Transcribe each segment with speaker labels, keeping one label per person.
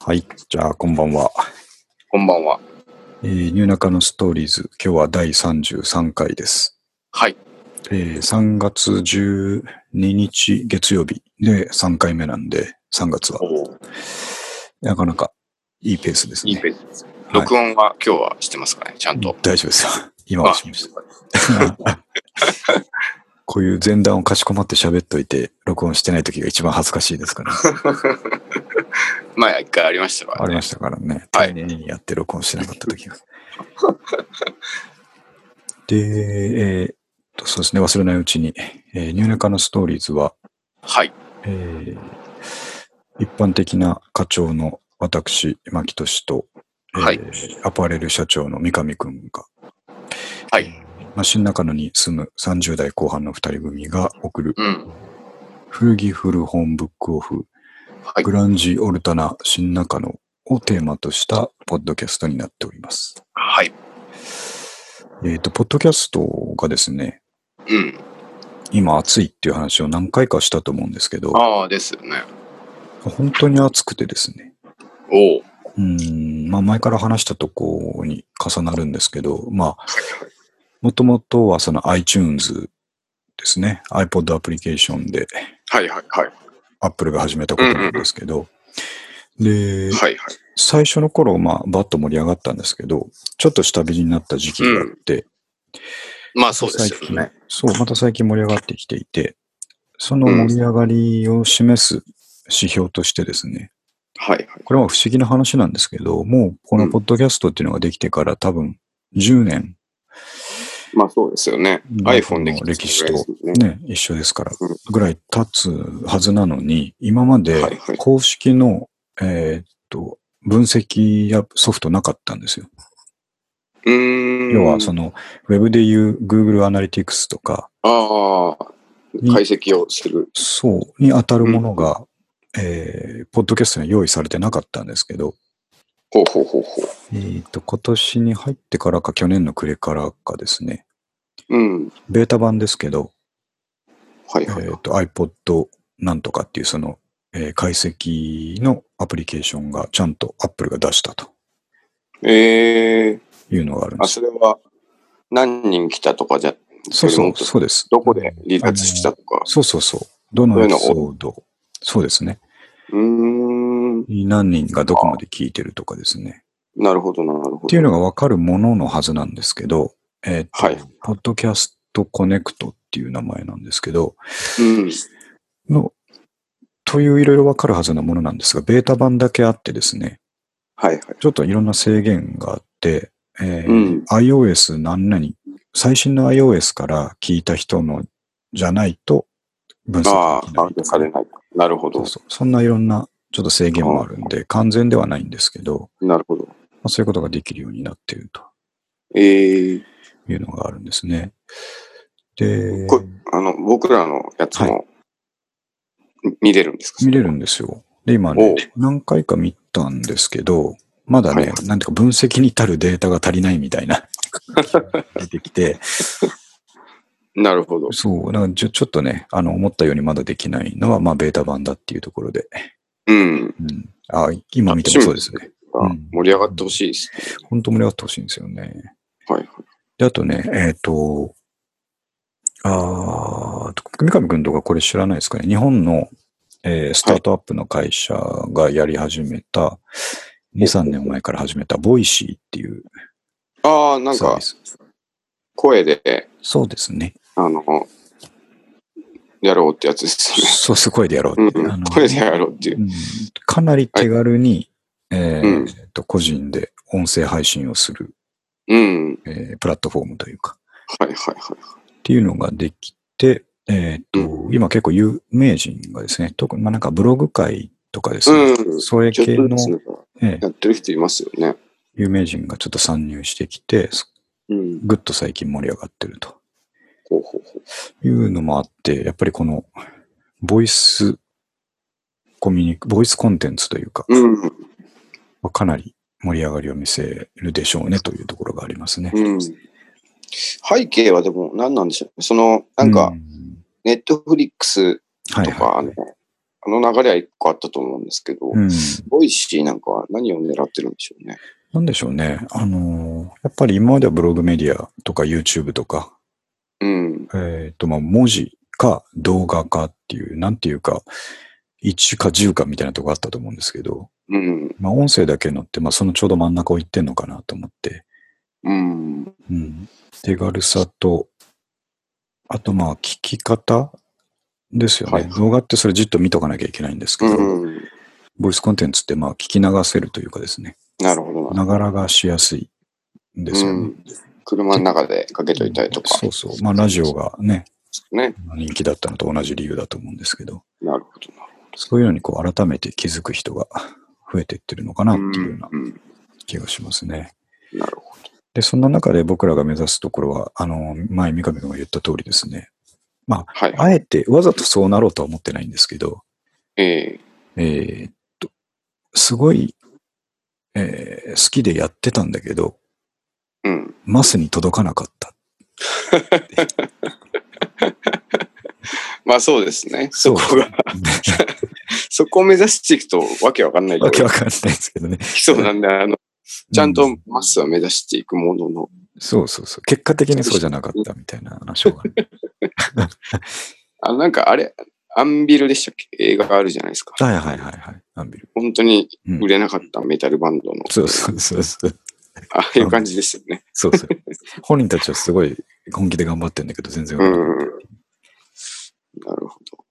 Speaker 1: はい。じゃあ、こんばんは。
Speaker 2: こんばんは。
Speaker 1: えー、ニューナカのストーリーズ、今日は第33回です。
Speaker 2: はい。
Speaker 1: えー、3月12日月曜日で3回目なんで、3月は。
Speaker 2: おお。
Speaker 1: なかなかいいペースですね。
Speaker 2: いいペースです。録音は今日はしてますかね、ちゃんと。
Speaker 1: 大丈夫ですよ。 今はしまし
Speaker 2: あ
Speaker 1: た。 こういう前段をかしこまって喋っといて、録音してない時が一番恥ずかしいですから、
Speaker 2: 前一回ありましたか
Speaker 1: あ
Speaker 2: ら
Speaker 1: り
Speaker 2: ね。
Speaker 1: ましたからね。
Speaker 2: は
Speaker 1: 丁
Speaker 2: い
Speaker 1: 寧にやって録音してなかった時が。 で、えーっと、そうですね、忘れないうちに、えーニューネカのストーリーズは、
Speaker 2: はい。
Speaker 1: えー一般的な課長の私、牧俊と、えー
Speaker 2: はい
Speaker 1: アパレル社長の三上くんが、
Speaker 2: はい。
Speaker 1: 新中野に住む30代後半の2人組が送る
Speaker 2: うん。
Speaker 1: 古着古本ブックオフ、
Speaker 2: はい
Speaker 1: グ。ランジオルタナ新中野をテーマとしたポッドキャストになっております。
Speaker 2: はい。
Speaker 1: えっ、と、ポッドキャストがですね、
Speaker 2: うん。
Speaker 1: 今暑いっていう話を何回かしたと思うんですけど、
Speaker 2: ああ、ですよね。
Speaker 1: 本当に暑くてですね、
Speaker 2: おお。
Speaker 1: うーん、まあ前から話したとこに重なるんですけど、まあ、もともとはその iTunes ですね、iPod アプリケーションで
Speaker 2: はいはいはい。
Speaker 1: Apple が始めたことなんですけど、で、
Speaker 2: はいはい。
Speaker 1: 最初の頃、まあ、バッと盛り上がったんですけど、ちょっと下火になった時期があって、
Speaker 2: まあそうですよね。
Speaker 1: そう、また最近盛り上がってきていて、その盛り上がりを示す指標としてですね、
Speaker 2: はいはい。
Speaker 1: これは不思議な話なんですけど、もうこのポッドキャストっていうのができてから多分10年、
Speaker 2: まあそうですよね。
Speaker 1: うん
Speaker 2: iPhone できた
Speaker 1: 歴史と
Speaker 2: ぐらいですよね
Speaker 1: ね、一緒ですから
Speaker 2: うん、
Speaker 1: ぐらい経つはずなのに、今ま
Speaker 2: はい
Speaker 1: で
Speaker 2: はい
Speaker 1: 公式の、えーっと、分析やソフトなかったんですよ。
Speaker 2: うーん。
Speaker 1: 要はその、ウェブでいう Google Analytics とか、
Speaker 2: ああ。解析をする。
Speaker 1: そう、に当たるものが、えーポッドキャストには用意されてなかったんですけど、
Speaker 2: ほうほうほうほう。
Speaker 1: えーと、今年に入ってからか、去年の暮れからかですね、
Speaker 2: うん。
Speaker 1: ベータ版ですけど、
Speaker 2: はい
Speaker 1: え
Speaker 2: はい。
Speaker 1: ーと、iPod なんとかっていう、その、えー解析のアプリケーションがちゃんと Apple が出したと
Speaker 2: ええ。
Speaker 1: いうのがあるんで
Speaker 2: あ、
Speaker 1: す。
Speaker 2: それは何人来たとかじゃ、
Speaker 1: そうそ
Speaker 2: より
Speaker 1: う、
Speaker 2: もっと
Speaker 1: そうです。
Speaker 2: どこで離脱したとか。
Speaker 1: そうそうそう。どの
Speaker 2: そうい
Speaker 1: エ
Speaker 2: うの
Speaker 1: ピ
Speaker 2: を
Speaker 1: ソード、そうですね。
Speaker 2: うーん。
Speaker 1: 何人がどこまで聞いてるとかですね。
Speaker 2: なるほどな、なるほど。
Speaker 1: っていうのがわかるもののはずなんですけど、えーと
Speaker 2: はい
Speaker 1: ポッドキャストコネクトっていう名前なんですけど、
Speaker 2: うん。
Speaker 1: の、といういろいろわかるはずのものなんですが、ベータ版だけあってですね、
Speaker 2: はいはい。
Speaker 1: ちょっといろんな制限があって、えー
Speaker 2: うん
Speaker 1: iOS 何々、最新の iOS から聞いた人のじゃないと分析
Speaker 2: ああ、
Speaker 1: できない
Speaker 2: 反
Speaker 1: と
Speaker 2: 映
Speaker 1: か
Speaker 2: されない。なるほ
Speaker 1: そ
Speaker 2: ど
Speaker 1: う。そうそんないろんなちょっと制限もあるんで、完全ではないんですけど、
Speaker 2: なるほど。
Speaker 1: まあそういうことができるようになっていると
Speaker 2: ええ
Speaker 1: いうのがあるんですね。で、
Speaker 2: こあの、僕らのやつも、見れるんですか
Speaker 1: 見れるんですよ。で、今
Speaker 2: お
Speaker 1: ね
Speaker 2: う、
Speaker 1: 何回か見たんですけど、まだね
Speaker 2: は、
Speaker 1: なんていうか分析に至るデータが足りないみたい な、出てきて、
Speaker 2: なるほど。
Speaker 1: そう、なんかちょちょっとね、あの、思ったようにまだできないのは、まあ、ベータ版だっていうところで、
Speaker 2: うん。
Speaker 1: うん。あ、今見てもそうですね。うん
Speaker 2: 盛り上がってほしいですね。
Speaker 1: 本当盛り上がってほしいんですよね。
Speaker 2: はいはい。
Speaker 1: で、あとね、えっ、と、あー三上君とかこれ知らないですかね。日本の、えースタートアップの会社がやり始めた、2、3年前から始めた、ボイシーっていう
Speaker 2: ああ、なん
Speaker 1: サー
Speaker 2: か
Speaker 1: ビ、ス。
Speaker 2: 声で、
Speaker 1: そうです ね。
Speaker 2: あの、やろうってやつですよね。
Speaker 1: そう、すごいでやろう。
Speaker 2: うん
Speaker 1: あの。
Speaker 2: 声でやろうっていうう。
Speaker 1: んかなり手軽に、えー
Speaker 2: うん
Speaker 1: えっと個人で音声配信をする、
Speaker 2: うん。
Speaker 1: えープラットフォームというか、
Speaker 2: はいはいはい。
Speaker 1: っていうのができて、えーっと、
Speaker 2: う
Speaker 1: 今結構有名人がですね、特に、まあなんかブログ界とかですね、
Speaker 2: うん。
Speaker 1: それ
Speaker 2: ちょっ
Speaker 1: 系
Speaker 2: と
Speaker 1: の
Speaker 2: ず、つなんか
Speaker 1: ええ
Speaker 2: やってる人いますよね。
Speaker 1: 有名人がちょっと参入してきて、そ
Speaker 2: うん。
Speaker 1: ぐっと最近盛り上がってると
Speaker 2: ほうほうほう。
Speaker 1: いうのもあって、やっぱりこの、ボイス、コミュニボイスコンテンツというか、
Speaker 2: うん。
Speaker 1: まあかなり盛り上がりを見せるでしょうねというところがありますね。
Speaker 2: うん。背景はでも何なんでしょうね。その、なんか
Speaker 1: う、
Speaker 2: ネットフリックス
Speaker 1: はい
Speaker 2: とか、
Speaker 1: は
Speaker 2: あの、あの流れは一個あったと思うんですけど、
Speaker 1: い。うん。
Speaker 2: ボイシーなんかは何を狙ってるんでしょうね。
Speaker 1: なんでしょうね。あのーやっぱり今まではブログメディアとか YouTube とか、
Speaker 2: うん。
Speaker 1: えっ、と、まあ、文字か動画かっていう、なんていうか、1か10かみたいなとこあったと思うんですけど、
Speaker 2: うん。
Speaker 1: まあ、音声だけのって、まあ、そのちょうど真ん中をいってんのかなと思って、
Speaker 2: うん。
Speaker 1: うん。手軽さと、あと、まあ、聞き方ですよね。
Speaker 2: はい
Speaker 1: 動画ってそれじっと見とかなきゃいけないんですけ
Speaker 2: う
Speaker 1: ど、
Speaker 2: ん。
Speaker 1: ボイスコンテンツって、まあ、聞き流せるというかですね、
Speaker 2: なるほどな。
Speaker 1: ながらがしやすいんですよね。
Speaker 2: うん。車の中でかけといたりとか。
Speaker 1: そうそう。まあ、ラジオがね、
Speaker 2: ね。
Speaker 1: 人気だったのと同じ理由だと思うんですけど、
Speaker 2: なるほどな。
Speaker 1: そういうのにこう改めて気づく人が増えていってるのかなっていうような
Speaker 2: うん。
Speaker 1: 気がしますね。
Speaker 2: なるほ
Speaker 1: で、そんな中で僕らが目指すところは、あの、前三上君が言った通りですね。
Speaker 2: ど。はい。
Speaker 1: あえてわざとそうなろうとは思ってないんですけど、
Speaker 2: え
Speaker 1: えーっと、すごい、えー好きでやってたんだけど、
Speaker 2: えうん。
Speaker 1: マスに届かなか った。
Speaker 2: まあそうですね。そこが、
Speaker 1: が。
Speaker 2: そこを目指していくとわけわかんない
Speaker 1: わけ
Speaker 2: と
Speaker 1: わ
Speaker 2: こ
Speaker 1: かんないですけどね。
Speaker 2: そうなんで、あの、ちゃん
Speaker 1: う
Speaker 2: とマスは目指していくものの、
Speaker 1: そうそうそう。結果的にそうじゃなかったみたいな話がある。
Speaker 2: あなんかあれ、アンビルでしたっけ映画があるじゃないですか。
Speaker 1: はいはいはいはい。アンビル。
Speaker 2: 本当に
Speaker 1: うん
Speaker 2: 売れなかったメタルバンドの、
Speaker 1: そうそうそうそう。
Speaker 2: ああいう感じですよね。
Speaker 1: そうそう。本人たちはすごい本気で頑張ってんだけど、全然
Speaker 2: う
Speaker 1: 売れ
Speaker 2: ん
Speaker 1: ない。。
Speaker 2: なるほど。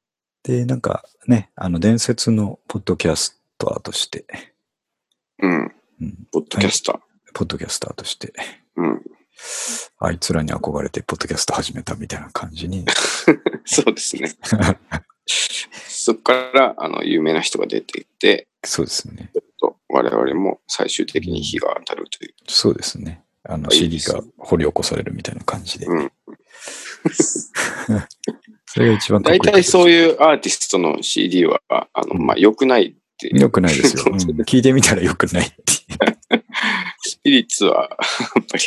Speaker 1: で、なんかね、あの、伝説のポッドキャスターとして、
Speaker 2: うん。
Speaker 1: うん、
Speaker 2: ポッドキャスター。
Speaker 1: ポッドキャスターとして、
Speaker 2: うん。
Speaker 1: あいつらに憧れてポッドキャスト始めたみたいな感じに、
Speaker 2: そうですね。 そこから、あの、有名な人が出ていって、
Speaker 1: そうですね。
Speaker 2: と我々も最終的に火が当たるという。
Speaker 1: そうですね。あの、
Speaker 2: いい
Speaker 1: CD
Speaker 2: です
Speaker 1: が掘り起こされるみたいな感じで。
Speaker 2: うん
Speaker 1: それが一番かっ
Speaker 2: 大
Speaker 1: こいい。
Speaker 2: 体そう
Speaker 1: う。
Speaker 2: いうアーティストの CD は、あ
Speaker 1: う
Speaker 2: の、
Speaker 1: ん
Speaker 2: まあ、良くないって。
Speaker 1: 良くないですよ。うん聞いてみたら良くないって
Speaker 2: スピリッツは、やっぱ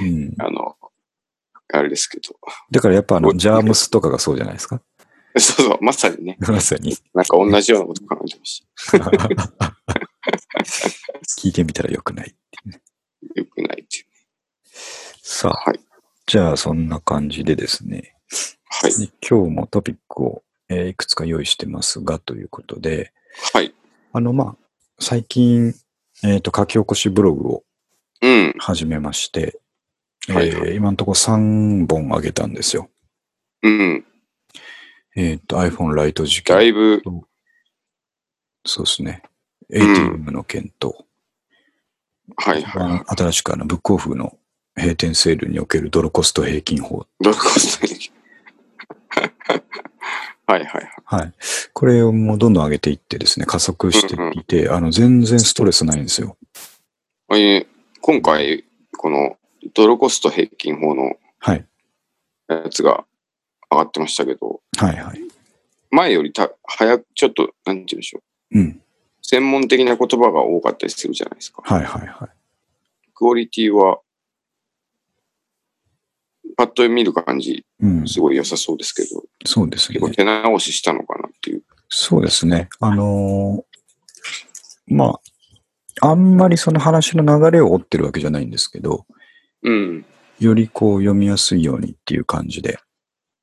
Speaker 2: り、
Speaker 1: いう。うん
Speaker 2: あの、あれですけど。
Speaker 1: だからやっぱあ
Speaker 2: お
Speaker 1: の、ジャームスとかがそうじゃないですか。
Speaker 2: そうそう、まさにね、
Speaker 1: まさに。
Speaker 2: なんか同じようなこと考えてまし
Speaker 1: 聞いてみたらよくない。
Speaker 2: た。良くないっていう。
Speaker 1: さあ、
Speaker 2: はい。
Speaker 1: じゃあそんな感じでですね、
Speaker 2: はい。
Speaker 1: ね今日もトピックを、えーいくつか用意してますがということで、
Speaker 2: はい。
Speaker 1: あの、まあ、最近、えっ、と、書き起こしブログを
Speaker 2: うん。
Speaker 1: 始めまして、えー
Speaker 2: はいは
Speaker 1: 今のところ3本上げたんですよ。
Speaker 2: うん。
Speaker 1: えっ、と、iPhone ライト事
Speaker 2: だ
Speaker 1: 件。
Speaker 2: いぶ、
Speaker 1: そうですね。
Speaker 2: ん
Speaker 1: ATM の件と、
Speaker 2: はいはい
Speaker 1: あ
Speaker 2: は
Speaker 1: の新しくあのブックオフの閉店セールにおけるドルコスト平均法。
Speaker 2: い。どういうことに はいはいはい。
Speaker 1: はい。これをもうどんどん上げていってですね、加速していて、あの、全然ストレスないんですよ。
Speaker 2: えー今回、この、ドロコスト平均法の
Speaker 1: はい。
Speaker 2: やつが上がってましたけど、
Speaker 1: はいはい。
Speaker 2: 前よりた早く、ちょっと、なんて言うんでしょう。
Speaker 1: うん。
Speaker 2: 専門的な言葉が多かったりするじゃないですか。
Speaker 1: はいはいはい。
Speaker 2: クオリティは、パッと見る感じ、
Speaker 1: うん。
Speaker 2: すごい良さそうですけど、
Speaker 1: そうです
Speaker 2: 結構
Speaker 1: ね。
Speaker 2: 手直ししたのかなっていう。
Speaker 1: そうですね。あのーまあ、あんまりその話の流れを追ってるわけじゃないんですけど、
Speaker 2: うん。
Speaker 1: よりこう読みやすいようにっていう感じで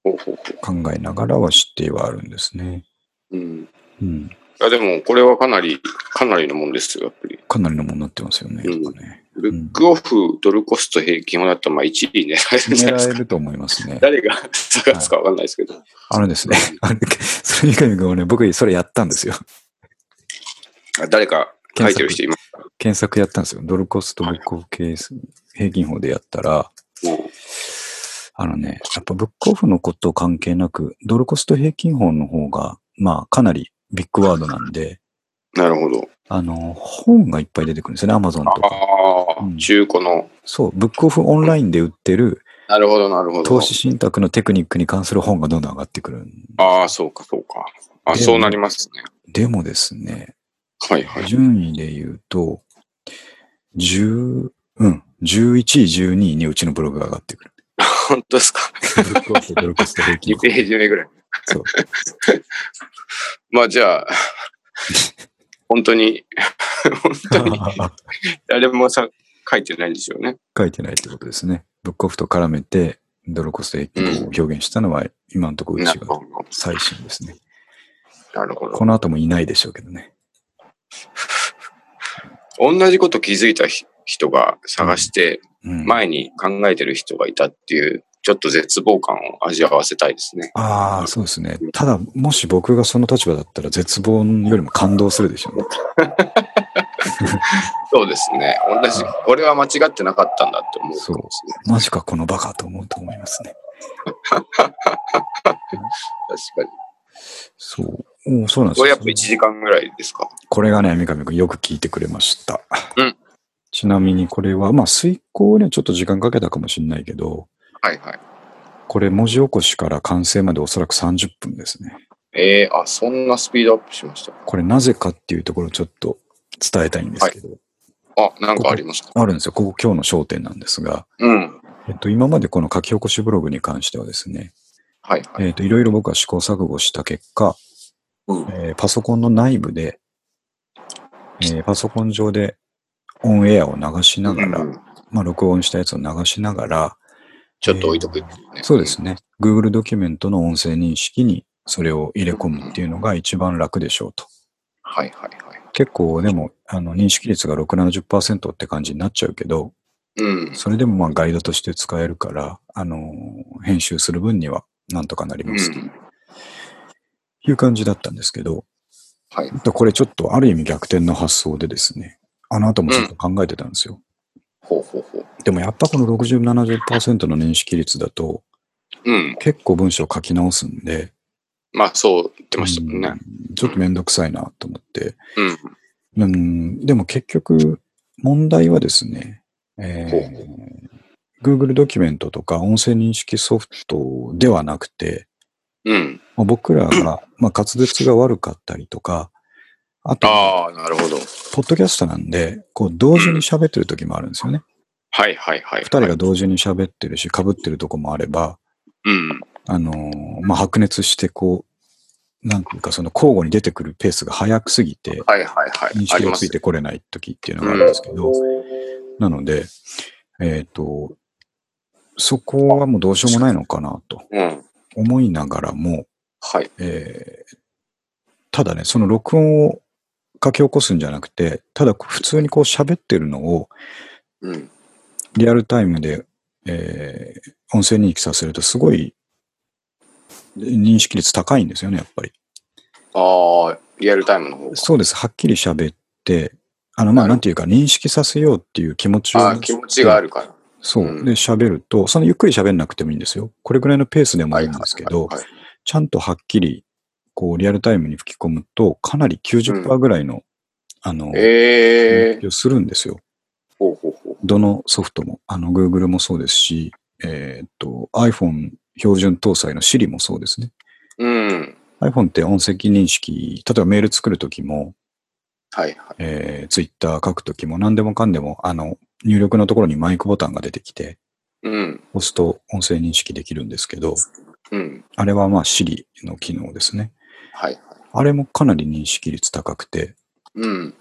Speaker 2: ほうほうほ
Speaker 1: 考えながらはしてはあるんですね。
Speaker 2: う。うん。
Speaker 1: うん。
Speaker 2: いや、でも、これはかなり、かなりのもんですよ、やっぱり。
Speaker 1: かなりのものになってますよね。
Speaker 2: うん
Speaker 1: やっぱね
Speaker 2: ブックオフ、ドルコスト平均法だったら、まあ、1位狙えるんじゃないです
Speaker 1: 狙え
Speaker 2: か。
Speaker 1: ると思います ね。
Speaker 2: 誰が探すかわかんないですけど。
Speaker 1: あのですね、あの、それ三上君はね、僕それやったんですよ。
Speaker 2: あ誰か書いてる人いますか
Speaker 1: 検索やったんですよ。ドルコストブックオフケース平均法でやったら、
Speaker 2: も
Speaker 1: あのね、やっぱブックオフのこと関係なく、ドルコスト平均法の方が、まあかなりビッグワードなんで、
Speaker 2: うなるほど。
Speaker 1: あの、本がいっぱい出てくるんですよね、アマゾンとか。
Speaker 2: ああ、
Speaker 1: うん
Speaker 2: 中古の。
Speaker 1: そう、ブックオフオンラインで売ってる
Speaker 2: なるほど、なるほど。
Speaker 1: 投資信託のテクニックに関する本がどんどん上がってくるん。
Speaker 2: ああ、そうか、そうか。あ
Speaker 1: で
Speaker 2: そうなりますね。
Speaker 1: でもですね、
Speaker 2: はいはい。
Speaker 1: 順位で言うと、10、うん、11位、12位にうちのブログが上がってくる。
Speaker 2: 本当ですか。
Speaker 1: ブックオフとドルコスト平 均
Speaker 2: 2ページ目ぐらい。
Speaker 1: そう
Speaker 2: まあ、じゃあ、本当に、本 当に誰もさ、書いてないんですよね。
Speaker 1: 書いてないってことですね。ブックオフと絡めて、ドロコステイを表現したのは、今のところう
Speaker 2: な
Speaker 1: ち
Speaker 2: る
Speaker 1: が
Speaker 2: ほど。
Speaker 1: 最新ですね。
Speaker 2: なるほど
Speaker 1: こ。の後もいないでしょうけどね。
Speaker 2: 同じこと気づいたひ人が探して、
Speaker 1: うん、
Speaker 2: 前に考えてる人がいたっていう、ちょっと絶望感を味わわせたいですね。
Speaker 1: ああ、そうですね。ただ、もし僕がその立場だったら、絶望よりも感動するでしょうね。
Speaker 2: そうですね。同じ、俺は間違ってなかったんだって思うかもしれない。
Speaker 1: マジか、このバカと思うと思いますね。
Speaker 2: 確かに。
Speaker 1: そう。おーそうなんで
Speaker 2: こ
Speaker 1: す
Speaker 2: れや
Speaker 1: よ
Speaker 2: っぱ1時間ぐらいですか。
Speaker 1: これがね、三上くんよく聞いてくれました。
Speaker 2: うん
Speaker 1: ちなみにこれは、まあ、遂行にはちょっと時間かけたかもしれないけど、
Speaker 2: はいはい。
Speaker 1: これ文字起こしから完成までおそらく30分ですね。
Speaker 2: えー、あ、そんなスピードアップしました。
Speaker 1: これなぜかっていうところをちょっと伝えたいんですけど、
Speaker 2: あ、なんかありました。
Speaker 1: あるんですよ。ここ今日の焦点なんですが、
Speaker 2: うん。
Speaker 1: えっと、今までこの書き起こしブログに関してはですね、
Speaker 2: はいはい。
Speaker 1: えっと、いろいろ僕は試行錯誤した結果、
Speaker 2: うん
Speaker 1: えーパソコンの内部で、えーパソコン上でオンエアを流しながら、
Speaker 2: うん
Speaker 1: まあ、録音したやつを流しながら、
Speaker 2: ちょっと置いとくっていうね。
Speaker 1: そうですね。Google ドキュメントの音声認識にそれを入れ込むっていうのが一番楽でしょうと。
Speaker 2: はいはいはい。
Speaker 1: 結構でも、あの、認識率が6、70%って感じになっちゃうけど、
Speaker 2: うん。
Speaker 1: それでもまあガイドとして使えるから、あの、編集する分にはなんとかなり
Speaker 2: う
Speaker 1: ますと
Speaker 2: ん。
Speaker 1: いう感じだったんですけど、
Speaker 2: はい。
Speaker 1: これちょっとある意味逆転の発想でですね、あの後もずっと考えてたんですよ。
Speaker 2: ほうほうほう。
Speaker 1: でもやっぱこの60、70%の認識率だと、
Speaker 2: うん。
Speaker 1: 結構文章書き直すんで、
Speaker 2: まあそう言ってましたもんね。
Speaker 1: うんちょっとめんどくさいなと思って。
Speaker 2: うん。
Speaker 1: うん、でも結局、問題はですね、え
Speaker 2: ほう
Speaker 1: ー Google ドキュメントとか音声認識ソフトではなくて、
Speaker 2: うん。
Speaker 1: まあ僕ら が、まあ、滑舌が悪かったりとか、あと、
Speaker 2: ああ、なるほ
Speaker 1: ポ
Speaker 2: ど。
Speaker 1: ッドキャストなんで、こう、同時に喋ってる時もあるんですよね。
Speaker 2: はいはいはい。
Speaker 1: 二人が同時に喋ってるし、被ってるとこもあれば、
Speaker 2: うん。
Speaker 1: あのーまあ、白熱して、こう、なんていうか、その交互に出てくるペースが早くすぎて、
Speaker 2: はいはいはい。
Speaker 1: 認
Speaker 2: あ
Speaker 1: 識
Speaker 2: り
Speaker 1: が
Speaker 2: ま
Speaker 1: つ
Speaker 2: す
Speaker 1: い。てこれない時っていうのがあるんですけど、なので、えっ、と、そこはもうどうしようもないのかなと
Speaker 2: うん。
Speaker 1: 思いながらも、
Speaker 2: はい。
Speaker 1: えーただね、その録音を書き起こすんじゃなくて、ただ普通にこう喋ってるのを
Speaker 2: うん。
Speaker 1: リアルタイムで、えー音声認識させるとすごい認識率高いんですよね、やっぱり。
Speaker 2: ああ、リアルタイムの方が。
Speaker 1: そうです。はっきり喋って、あの、まあ、なんていうか、認識させようっていう気持ちを。
Speaker 2: ああ、気持ちがあるから。
Speaker 1: そうう。
Speaker 2: ん
Speaker 1: で、喋ると、そのゆっくり喋んなくてもいいんですよ。これぐらいのペースでもいいんですけど
Speaker 2: はい、はいはい
Speaker 1: ちゃんとはっきり、こう、リアルタイムに吹き込むと、かなり90%ぐらいの、あの、
Speaker 2: ええ
Speaker 1: 認識をするんですよ。
Speaker 2: ほうほうほう。
Speaker 1: どのソフトも。あの、Google もそうですし、えーっと、iPhone 標準搭載の Siri もそうですね。
Speaker 2: うん。
Speaker 1: iPhone って音声認識、例えばメール作るときも、
Speaker 2: はいはい。
Speaker 1: えー、Twitter 書くときも、何でもかんでも、あの、入力のところにマイクボタンが出てきて、
Speaker 2: うん。
Speaker 1: 押すと音声認識できるんですけど、
Speaker 2: うん。
Speaker 1: あれはまあ Siri の機能ですね。
Speaker 2: はいはい。
Speaker 1: あれもかなり認識率高くて、
Speaker 2: うん。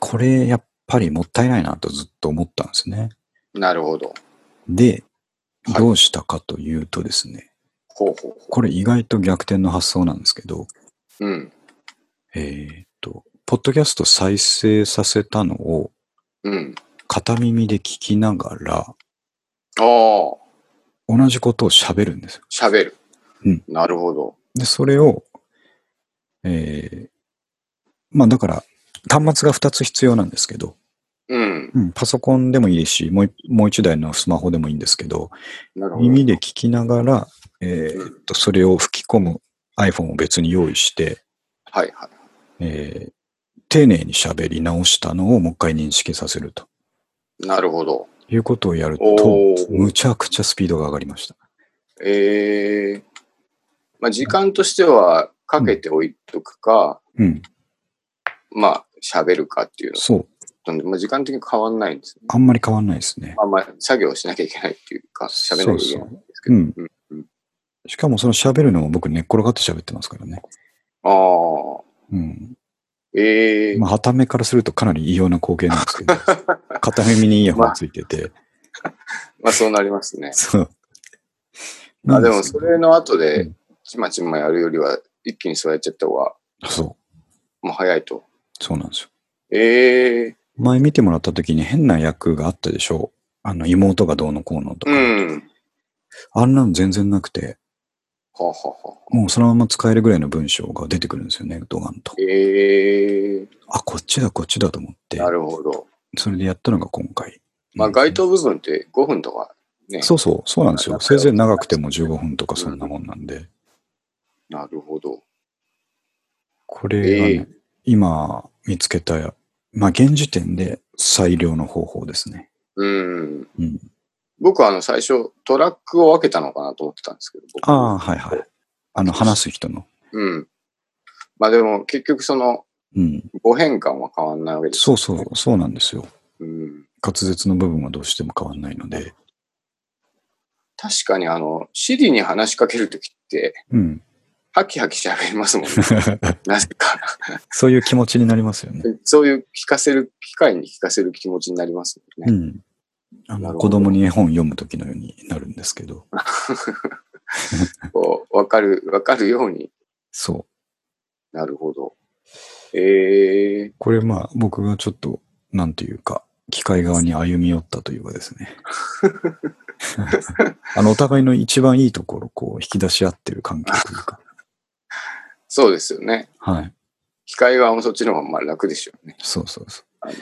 Speaker 1: これやっぱりもったいないなとずっと思ったんですね。
Speaker 2: なるほど。
Speaker 1: で
Speaker 2: はい、
Speaker 1: どうしたかというとですね、
Speaker 2: ほうほうほ
Speaker 1: これ意外と逆転の発想なんですけど、
Speaker 2: う。うん。
Speaker 1: えーっと、ポッドキャスト再生させたのを
Speaker 2: うん。
Speaker 1: 片耳で聞きながら、
Speaker 2: ああ、
Speaker 1: 同じことを喋るんですよ。
Speaker 2: 喋る。
Speaker 1: うん。
Speaker 2: なるほど。
Speaker 1: で、それを、えー、まあだから、端末が2つ必要なんですけど、
Speaker 2: うん。
Speaker 1: うん、パソコンでもいいし、もういもう一台のスマホでもいいんですけど、
Speaker 2: なるほど。
Speaker 1: 耳で聞きながら、えーっと、それを吹き込む iPhone を別に用意して、
Speaker 2: はいはい。
Speaker 1: えー丁寧に喋り直したのをもう一回認識させると
Speaker 2: なるほど。
Speaker 1: いうことをやると、
Speaker 2: おー
Speaker 1: むちゃくちゃスピードが上がりました。
Speaker 2: ええまあ、時間としてはかけておいとくか、
Speaker 1: うん、
Speaker 2: まあ、喋るかっていうの
Speaker 1: そう。
Speaker 2: なんで、まあ、時間的に変わんないんですよね。
Speaker 1: あんまり変わんないですね。
Speaker 2: まあまあ、作業しなきゃいけないっていうか、喋らなきゃいけないんですけ
Speaker 1: う
Speaker 2: ど。
Speaker 1: ん
Speaker 2: うんうん。
Speaker 1: しかもその喋るのを僕寝っ転がって喋ってますからね。
Speaker 2: ああ、
Speaker 1: うん。
Speaker 2: ええ
Speaker 1: まあ、はためからするとかなり異様な光景なんです けど、片耳にイヤホンついてて、
Speaker 2: まあそうなりますね。
Speaker 1: そう。
Speaker 2: あでもそれの後
Speaker 1: う
Speaker 2: で
Speaker 1: ん、
Speaker 2: ちまちまやるよりは、一気に座っちゃった方が、
Speaker 1: そ
Speaker 2: もう早いと。
Speaker 1: う、そうなんですよ。
Speaker 2: ええ
Speaker 1: 前見てもらった時に変な役があったでしょあの、妹がどうのこうのとか。
Speaker 2: うん。
Speaker 1: あんなの全然なくて、
Speaker 2: はあはあはあ
Speaker 1: もうそのまま使えるぐらいの文章が出てくるんですよね、ドガンと。
Speaker 2: ええ
Speaker 1: あ、こっちだ、こっちだと思って
Speaker 2: な、るほど。
Speaker 1: それでやったのが今回。
Speaker 2: まあ
Speaker 1: うん
Speaker 2: 該当部分って5分とかね。
Speaker 1: そうそう、そうなんです
Speaker 2: な
Speaker 1: よ。
Speaker 2: んか
Speaker 1: せいぜい長くても15分とかそんなもんなんで、
Speaker 2: なるほど。
Speaker 1: これがね、
Speaker 2: ええ
Speaker 1: 今見つけた、まあ、現時点で最良の方法ですね。
Speaker 2: うん。
Speaker 1: うん。
Speaker 2: 僕はあの最初トラックを分けたのかなと思ってたんですけど。僕
Speaker 1: ああ、はいはい。あの、話す人の。
Speaker 2: うん。まあでも結局その
Speaker 1: うん。
Speaker 2: 5変換は変わんないわけです。
Speaker 1: そうそう、そうなんですよ。
Speaker 2: うん。
Speaker 1: 滑舌の部分はどうしても変わんないので。
Speaker 2: 確かにあの、シリに話しかけるときって、
Speaker 1: うん。
Speaker 2: ハキハキ喋りますもんね。なぜか。
Speaker 1: そういう気持ちになりますよね。
Speaker 2: そういう聞かせる、機会に聞かせる気持ちになりますもん
Speaker 1: う
Speaker 2: ね。
Speaker 1: ん。あの
Speaker 2: なるほど
Speaker 1: 子供に絵本読む時のようになるんですけど、
Speaker 2: こう、わかる、わかるように。
Speaker 1: そう。
Speaker 2: なるほど。ええ
Speaker 1: これまあ僕がちょっと、なんていうか、機械側に歩み寄ったというかですね。 あの、お互いの一番いいところをこう引き出し合ってる関係というか。
Speaker 2: そうですよね。
Speaker 1: はい。
Speaker 2: 機械側もそっちの方がまあ楽でしょうね。
Speaker 1: そうそうそ
Speaker 2: あの、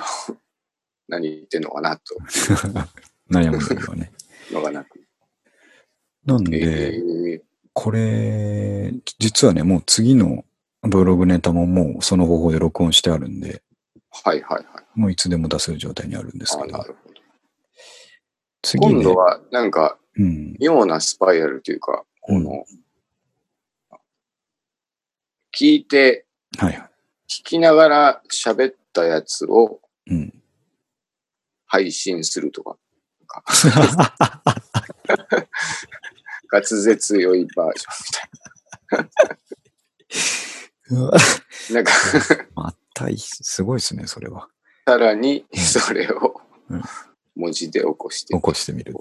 Speaker 2: 何言ってんのかなと、
Speaker 1: う。 悩む時はね。
Speaker 2: のがなく。
Speaker 1: なんで、
Speaker 2: ええ
Speaker 1: これ、実はね、もう次のブログネタももうその方法で録音してあるんで、
Speaker 2: はいはいはい。
Speaker 1: もういつでも出せる状態にあるんです
Speaker 2: あ
Speaker 1: け
Speaker 2: な
Speaker 1: ど、
Speaker 2: るほど。
Speaker 1: 次
Speaker 2: 今
Speaker 1: ね
Speaker 2: 度、はなんか
Speaker 1: うん、
Speaker 2: 妙なスパイラルというか、この、聞いて、
Speaker 1: はいは
Speaker 2: 聞きながら喋ったやつを
Speaker 1: い。うん。
Speaker 2: 配信するとか、 滑舌良いバージョン。なんか、
Speaker 1: またい、すごいですね、それは。
Speaker 2: さらにそれを
Speaker 1: うん
Speaker 2: 文字で起こして
Speaker 1: 起、こしてみる。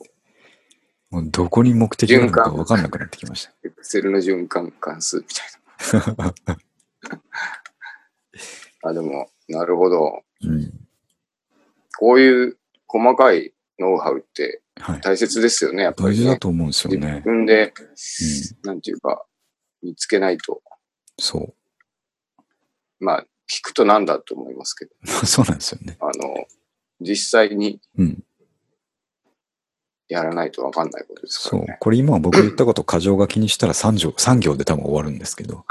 Speaker 1: もうどこに目的があるのか
Speaker 2: 循環
Speaker 1: 分かんなくなってきました。
Speaker 2: エクセルの循環関数みたいな。あ、でも、なるほど。
Speaker 1: うん。
Speaker 2: こういう細かいノウハウって
Speaker 1: はい。
Speaker 2: 大切ですよね、やっぱ
Speaker 1: 大
Speaker 2: り、
Speaker 1: 事だ
Speaker 2: ね。
Speaker 1: と思うんですよ
Speaker 2: 自
Speaker 1: ね。
Speaker 2: 分で、
Speaker 1: ん
Speaker 2: なんていうか、見つけないと。
Speaker 1: そう。
Speaker 2: まあ、聞くとなんだと思いますけど、
Speaker 1: そうなんですよね。
Speaker 2: あの、実際に
Speaker 1: うん。
Speaker 2: やらないとわかんないことですか
Speaker 1: そ
Speaker 2: ら
Speaker 1: う
Speaker 2: ね。。
Speaker 1: これ今僕言ったこと過剰書きにしたら3行、3行で多分終わるんですけど。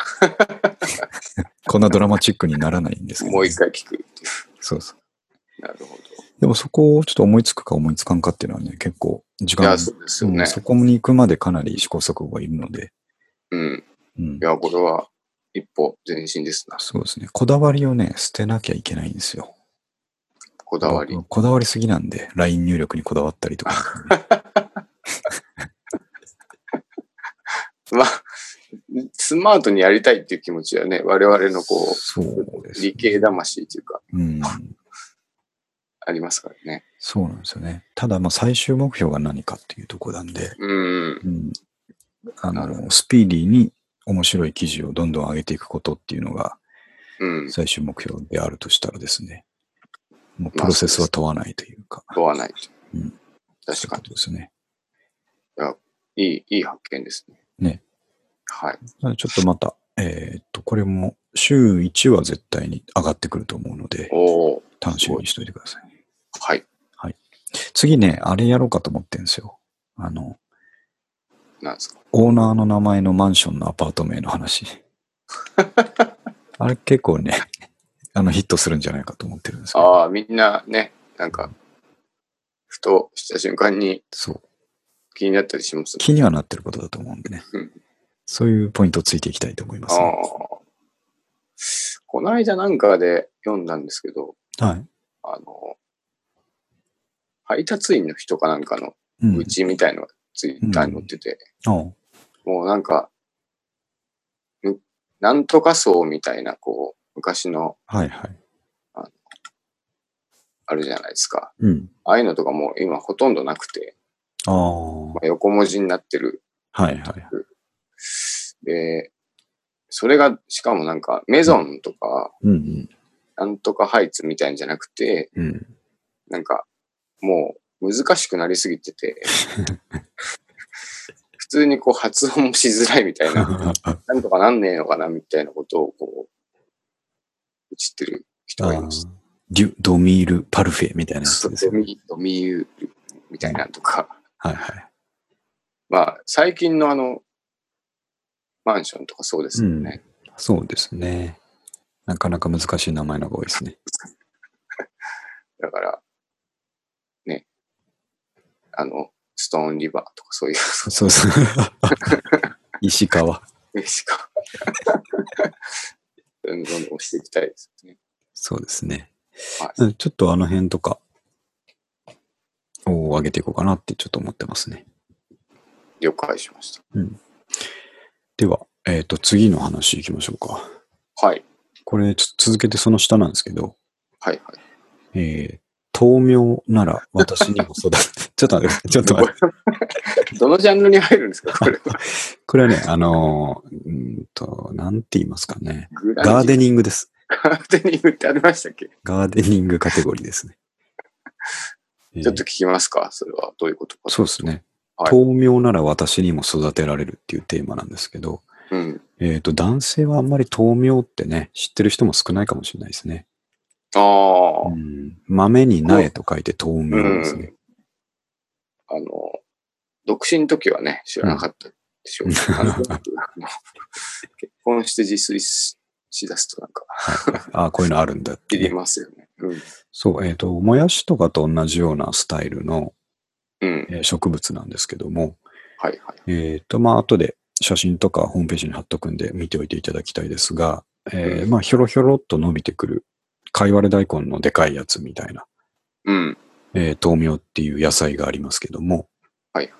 Speaker 1: こんなドラマチックにならないんですけど。
Speaker 2: もう一回聞くってい
Speaker 1: そうそう。
Speaker 2: う。なるほど。
Speaker 1: でもそこをちょっと思いつくか思いつかんかっていうのはね、結構時
Speaker 2: い
Speaker 1: 間
Speaker 2: や、そうですよ
Speaker 1: う
Speaker 2: ね
Speaker 1: ん。そこに行くまでかなり試行錯誤がいるので。
Speaker 2: うん。
Speaker 1: うん
Speaker 2: い。や、これは一歩前進ですな。
Speaker 1: そうですね。こだわりをね、捨てなきゃいけないんですよ。
Speaker 2: こだわり。
Speaker 1: こだわりすぎなんで、LINE 入力にこだわった りとかね、
Speaker 2: まあ、スマートにやりたいっていう気持ちはね、我々のこう、
Speaker 1: そうです、
Speaker 2: 理系魂というか、
Speaker 1: うん。
Speaker 2: ありますからね。
Speaker 1: そうなんですよね。ただ、まあ、最終目標が何かっていうところなんで、
Speaker 2: うん。
Speaker 1: うん。あ
Speaker 2: なるほ
Speaker 1: の、スピーディーに面白い記事をどんどん上げていくことっていうのが
Speaker 2: うん。
Speaker 1: 最終目標であるとしたらですね、もうプロセスは問わないというか、
Speaker 2: 問わないと。
Speaker 1: うん
Speaker 2: 確
Speaker 1: そういう
Speaker 2: か
Speaker 1: ことですね。
Speaker 2: に。いい、いい発見ですね。
Speaker 1: ね。
Speaker 2: はい。
Speaker 1: なのでちょっとまた、えーっと、これも週1は絶対に上がってくると思うので、
Speaker 2: おお。
Speaker 1: 楽しみにしておいてください。
Speaker 2: はい。
Speaker 1: 次ね、あれやろうかと思ってんですよ。あの、
Speaker 2: なんですか。
Speaker 1: オーナーの名前のマンションのアパート名の 話。あれ結構ね、あのヒットするんじゃないかと思ってるんですけど。
Speaker 2: ああ、みんなね、なんか、ふとした瞬間に
Speaker 1: そう。
Speaker 2: 気になったりしますね。
Speaker 1: 気にはなってることだと思うんでね
Speaker 2: うん。
Speaker 1: そういうポイントをついていきたいと思いま
Speaker 2: あ
Speaker 1: す、
Speaker 2: あ
Speaker 1: ね。。
Speaker 2: この間なんかで読んだんですけど、
Speaker 1: はい。
Speaker 2: あの、配達員の人かなんかの
Speaker 1: うん。
Speaker 2: うちみたいのがツイッターに載ってて、
Speaker 1: あ
Speaker 2: もうなんか、んなんとか層みたいな、こう、昔の
Speaker 1: はいはい。
Speaker 2: あるじゃないですか。
Speaker 1: うん。
Speaker 2: ああいうのとかもう今ほとんどなくて、
Speaker 1: ああ。は
Speaker 2: まあ、横文字になってる。
Speaker 1: いはい。
Speaker 2: で、それが、しかもなんか、メゾンとか、
Speaker 1: うん
Speaker 2: なんとかハイツみたいんじゃなくて、
Speaker 1: うん。う ん。
Speaker 2: なんか、もう難しくなりすぎ てて、普通にこう発音もしづらいみ たいな、 なんとかなんねえのかなみたいなことをこう、うちってる人がいます。
Speaker 1: デュドミール・パルフェみたいなや
Speaker 2: そ
Speaker 1: つ
Speaker 2: う
Speaker 1: です
Speaker 2: ド
Speaker 1: ね。
Speaker 2: ミ、ドミユールみたいなのとか、
Speaker 1: はいはい。
Speaker 2: まあ、最近のあの、マンションとかそうですよね。
Speaker 1: そうですね。なかなか難しい名前のが多いですね。
Speaker 2: だから、ね、あの、ストーンリバーとかそういう、
Speaker 1: そうそう。 石川。
Speaker 2: 名詞が、どんどん押していきたいですね。
Speaker 1: そうですね。
Speaker 2: はい
Speaker 1: うんちょっとあの辺とかを上げていこうかなってちょっと思ってますね。
Speaker 2: 了解しまし
Speaker 1: では、えっ、と、次の話いきましょうか。
Speaker 2: た。はい。
Speaker 1: これ、ちょっと続けてその下なんですけど、
Speaker 2: はいはい。
Speaker 1: えー、豆苗なら私にも育て、 ちょっと待って、ちょっと待って。
Speaker 2: どのジャンルに入るんですかこれは。
Speaker 1: これはね、あのー、うーんと、なんて言いますかね。
Speaker 2: グラ
Speaker 1: ガ
Speaker 2: ン
Speaker 1: ー
Speaker 2: ジ
Speaker 1: デニングです。
Speaker 2: ガーデニングってありましたっけ、
Speaker 1: ガーデニングカテゴリーですね。えー
Speaker 2: ちょっと聞きますかそれはどういうことか。
Speaker 1: そうです。ね。
Speaker 2: はい
Speaker 1: 豆苗なら私にも育てられるっていうテーマなんですけど、
Speaker 2: うん。
Speaker 1: えっ、と、男性はあんまり豆苗ってね、知ってる人も少ないかもしれないですね。
Speaker 2: ああ、
Speaker 1: うん、豆に苗と書いて豆苗ですね。
Speaker 2: あの、独身の時はね、知らなかったでしょう、なんとなくあの 結婚して自炊ししだすとなんか、
Speaker 1: ああ、こういうのあるんだって
Speaker 2: 切
Speaker 1: ね、
Speaker 2: りますよね。うん。
Speaker 1: そう、えっ、と、もやしとかと同じようなスタイルの、
Speaker 2: うん。
Speaker 1: えー植物なんですけども、
Speaker 2: はいはい。
Speaker 1: えっ、と、まあ、後で写真とかホームページに貼っとくんで見ておいていただきたいですが、えー
Speaker 2: うん
Speaker 1: まあ、ひょろひょろっと伸びてくる、かいわれ大根のでかいやつみたいな、
Speaker 2: うん。
Speaker 1: えー豆苗っていう野菜がありますけども、
Speaker 2: はい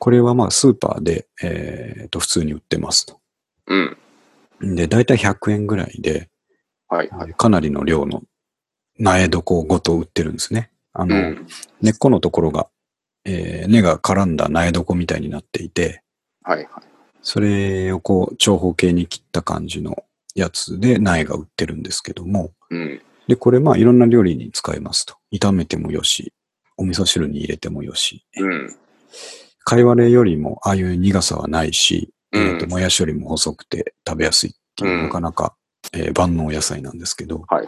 Speaker 1: これはまあ、スーパーで、えっ、と、普通に売ってますと。
Speaker 2: うん。
Speaker 1: で、だいたい100円ぐらいで、
Speaker 2: はいはい。
Speaker 1: かなりの量の苗床ごと売ってるんですね。あ
Speaker 2: う
Speaker 1: の、
Speaker 2: ん。
Speaker 1: 根っこのところが、えー根が絡んだ苗床みたいになっていて、
Speaker 2: はいはい。
Speaker 1: それをこう長方形に切った感じのやつで苗が売ってるんですけども、
Speaker 2: うん。
Speaker 1: で、これまあいろんな料理に使えますと。炒めてもよし、お味噌汁に入れてもよし、
Speaker 2: うん。
Speaker 1: 貝割れよりもああいう苦さはないし、
Speaker 2: うん
Speaker 1: えーともやしよりも細くて食べやすいっていう、
Speaker 2: うん
Speaker 1: なかなか、えー万能野菜なんですけど、
Speaker 2: はいはい。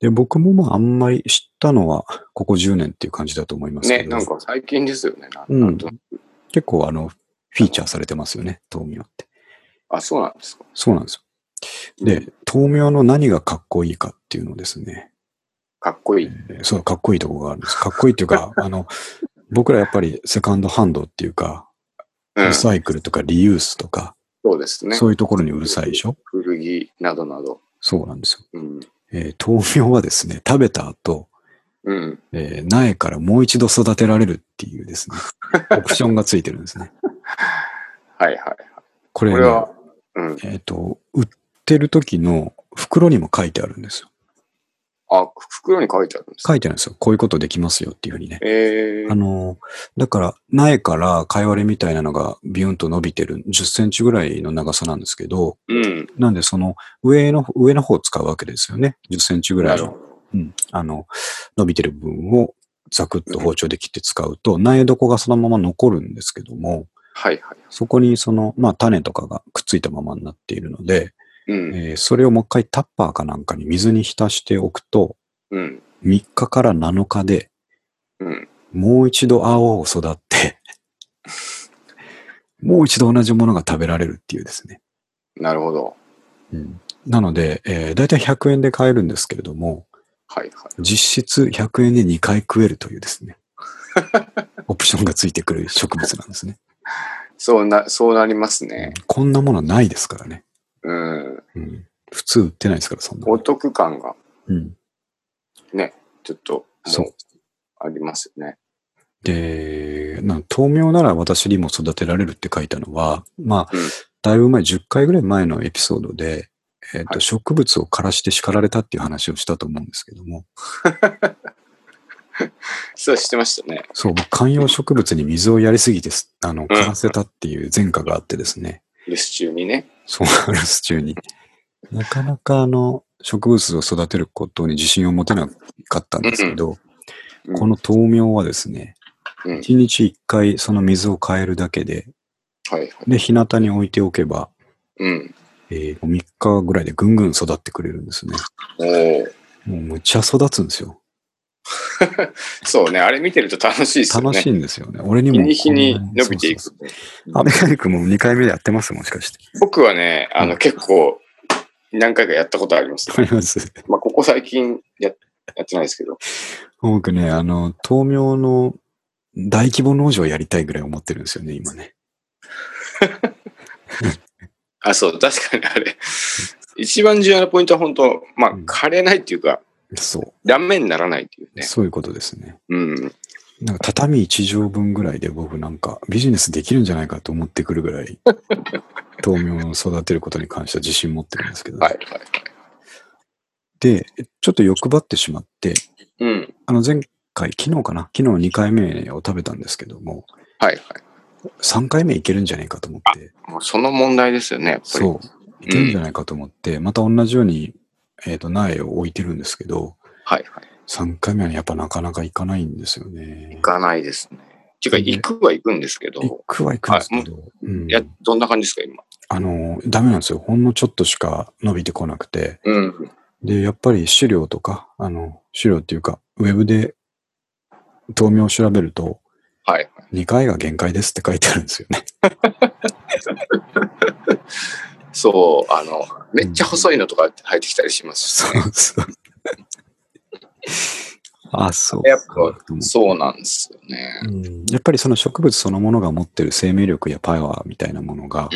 Speaker 1: で、僕もまああんまり知ったのはここ10年っていう感じだと思いますけ
Speaker 2: ね、
Speaker 1: ど、
Speaker 2: なんか最近ですよね。な
Speaker 1: うん
Speaker 2: なんとなく
Speaker 1: 結構あの、フィーチャーされてますよね、豆苗って。
Speaker 2: あ、そうなんですか。
Speaker 1: そうなんですよ。で、豆苗の何がかっこいいかっていうのをですね、
Speaker 2: かっこいい。
Speaker 1: えーそう、かっこいいとこがあるんです。かっこいいっていう か、あの、僕らやっぱりセカンドハンドっていうか、
Speaker 2: うん。
Speaker 1: リ
Speaker 2: そ
Speaker 1: サイクルとかリユースとか、
Speaker 2: うですね。
Speaker 1: そういうところにうるさいでしょ
Speaker 2: 古着などなど。
Speaker 1: そうなんですよ。
Speaker 2: うん。
Speaker 1: えー豆苗はですね、食べた後、
Speaker 2: うん。
Speaker 1: えー苗からもう一度育てられるっていうです ね、オプションがついてるんですね。
Speaker 2: はいはい。
Speaker 1: こ
Speaker 2: こ
Speaker 1: れ,、ね
Speaker 2: れは、うん。
Speaker 1: えっ、と、売ってる時の袋にも書いてあるんですよ。
Speaker 2: あ、袋に書いてあるんですか
Speaker 1: 書いてあるんですよ。こういうことできますよっていうふうにね。
Speaker 2: え
Speaker 1: あ
Speaker 2: ー、
Speaker 1: の、だから、苗から貝割れみたいなのがビュンと伸びてる10センチぐらいの長さなんですけど、
Speaker 2: うん。
Speaker 1: なんでその上の、上の方を使うわけですよね。10センチぐら
Speaker 2: ないる
Speaker 1: の、
Speaker 2: ほど。
Speaker 1: うん、あの、伸びてる部分をザクッと包丁で切って使うと、苗床がそのまま残るんですけども、
Speaker 2: はいは
Speaker 1: そこにその、まあ種とかがくっついたままになっているので、
Speaker 2: い。うん。
Speaker 1: えーそれをもう一回タッパーかなんかに水に浸しておくと、
Speaker 2: うん。
Speaker 1: 3日から7日で
Speaker 2: うん。
Speaker 1: もう一度青を育って、もう一度同じものが食べられるっていうですね。
Speaker 2: なるほど。
Speaker 1: なので、えー、だいたい100円で買えるんですけれども、
Speaker 2: はいはい。
Speaker 1: 実質100円で2回食えるというですね。オプションがついてくる植物なんですね。
Speaker 2: そうな、そうなりますね。
Speaker 1: こんなものないですからね。
Speaker 2: うん。
Speaker 1: うん普通売ってないですから、そんな
Speaker 2: お
Speaker 1: の。
Speaker 2: 得感が
Speaker 1: うん
Speaker 2: ちょっと、
Speaker 1: そう。
Speaker 2: ありますよね。
Speaker 1: で、なん豆苗なら私にも育てられるって書いたのは、まあ
Speaker 2: うん、
Speaker 1: だいぶ前、10回ぐらい前のエピソードで、えっ、と、
Speaker 2: はい
Speaker 1: 植物を枯らして叱られたっていう話をしたと思うんですけども、
Speaker 2: そうしてましたね。
Speaker 1: そう、僕観葉植物に水をやりすぎてす、あの、枯らせたっていう前科があってですね、
Speaker 2: 留守中にね。
Speaker 1: そう、留守中に。なかなかあの、植物を育てることに自信を持てなかったんですけど、
Speaker 2: うん
Speaker 1: この豆苗はですね、
Speaker 2: うん
Speaker 1: 1日1回その水を変えるだけで、
Speaker 2: はいはい。
Speaker 1: で、日向に置いておけば、
Speaker 2: うん。
Speaker 1: えー、3日ぐらいでぐんぐん育ってくれるんですね。
Speaker 2: おー
Speaker 1: もうむっちゃ育つんですよ。
Speaker 2: そうね、あれ見てると楽しいですよね。
Speaker 1: 楽しいんですよね。俺にも
Speaker 2: 日
Speaker 1: こんな。
Speaker 2: に日に伸びてい
Speaker 1: そう
Speaker 2: く
Speaker 1: そう。そう。アメガリ君も2回目でやってますもしかして。
Speaker 2: 僕はね、あ
Speaker 1: う
Speaker 2: の、結構、何回かやったことあります、
Speaker 1: あります。
Speaker 2: まあ、ここ最近ややってないですけど。
Speaker 1: 僕ね、あの、豆苗の大規模農場やりたいぐらい思ってるんですよね、今ね。
Speaker 2: あ、そう、確かにあれ。一番重要なポイントは本当、まあ
Speaker 1: うん、
Speaker 2: 枯れないっていうか、
Speaker 1: そ
Speaker 2: 断面にならないっていう
Speaker 1: う。
Speaker 2: ね。
Speaker 1: そういうことですね。
Speaker 2: うん。
Speaker 1: なんか畳1畳分ぐらいで僕なんかビジネスできるんじゃないかと思ってくるぐら い、豆苗を育てることに関しては自信持ってるんですけど、
Speaker 2: はいはいはい。
Speaker 1: で、ちょっと欲張ってしまって、
Speaker 2: うん。
Speaker 1: あの前回、昨日かな昨日2回目を食べたんですけども、
Speaker 2: はいは
Speaker 1: 3回目いけるんじゃないかと思って、
Speaker 2: い。もうその問題ですよね、やっぱり。
Speaker 1: そう、いけるんじゃないかと思って、また同じように、えっ、と、苗を置いてるんですけど、
Speaker 2: はいはい。
Speaker 1: 3回目はやっぱなかなかいかないんですよね
Speaker 2: 行。かないですね。っていうか、行くは行くんですけ
Speaker 1: 行
Speaker 2: ど、
Speaker 1: くはいくんですけど、うん
Speaker 2: いや、どんな感じですか、今。
Speaker 1: あの、ダメなんですよ。ほんのちょっとしか伸びてこなくて。
Speaker 2: うん。
Speaker 1: で、やっぱり資料とか、あの、資料っていうか、ウェブで豆苗を調べると、
Speaker 2: はいはい。
Speaker 1: 2回が限界ですって書いてあるんですよね。
Speaker 2: そう、あの、めっちゃ細いのとか入ってきたりしますしね、
Speaker 1: そうそう。あ、そうか。
Speaker 2: やっぱそうなんですよね。
Speaker 1: うんやっぱりその植物そのものが持ってる生命力やパワーみたいなものが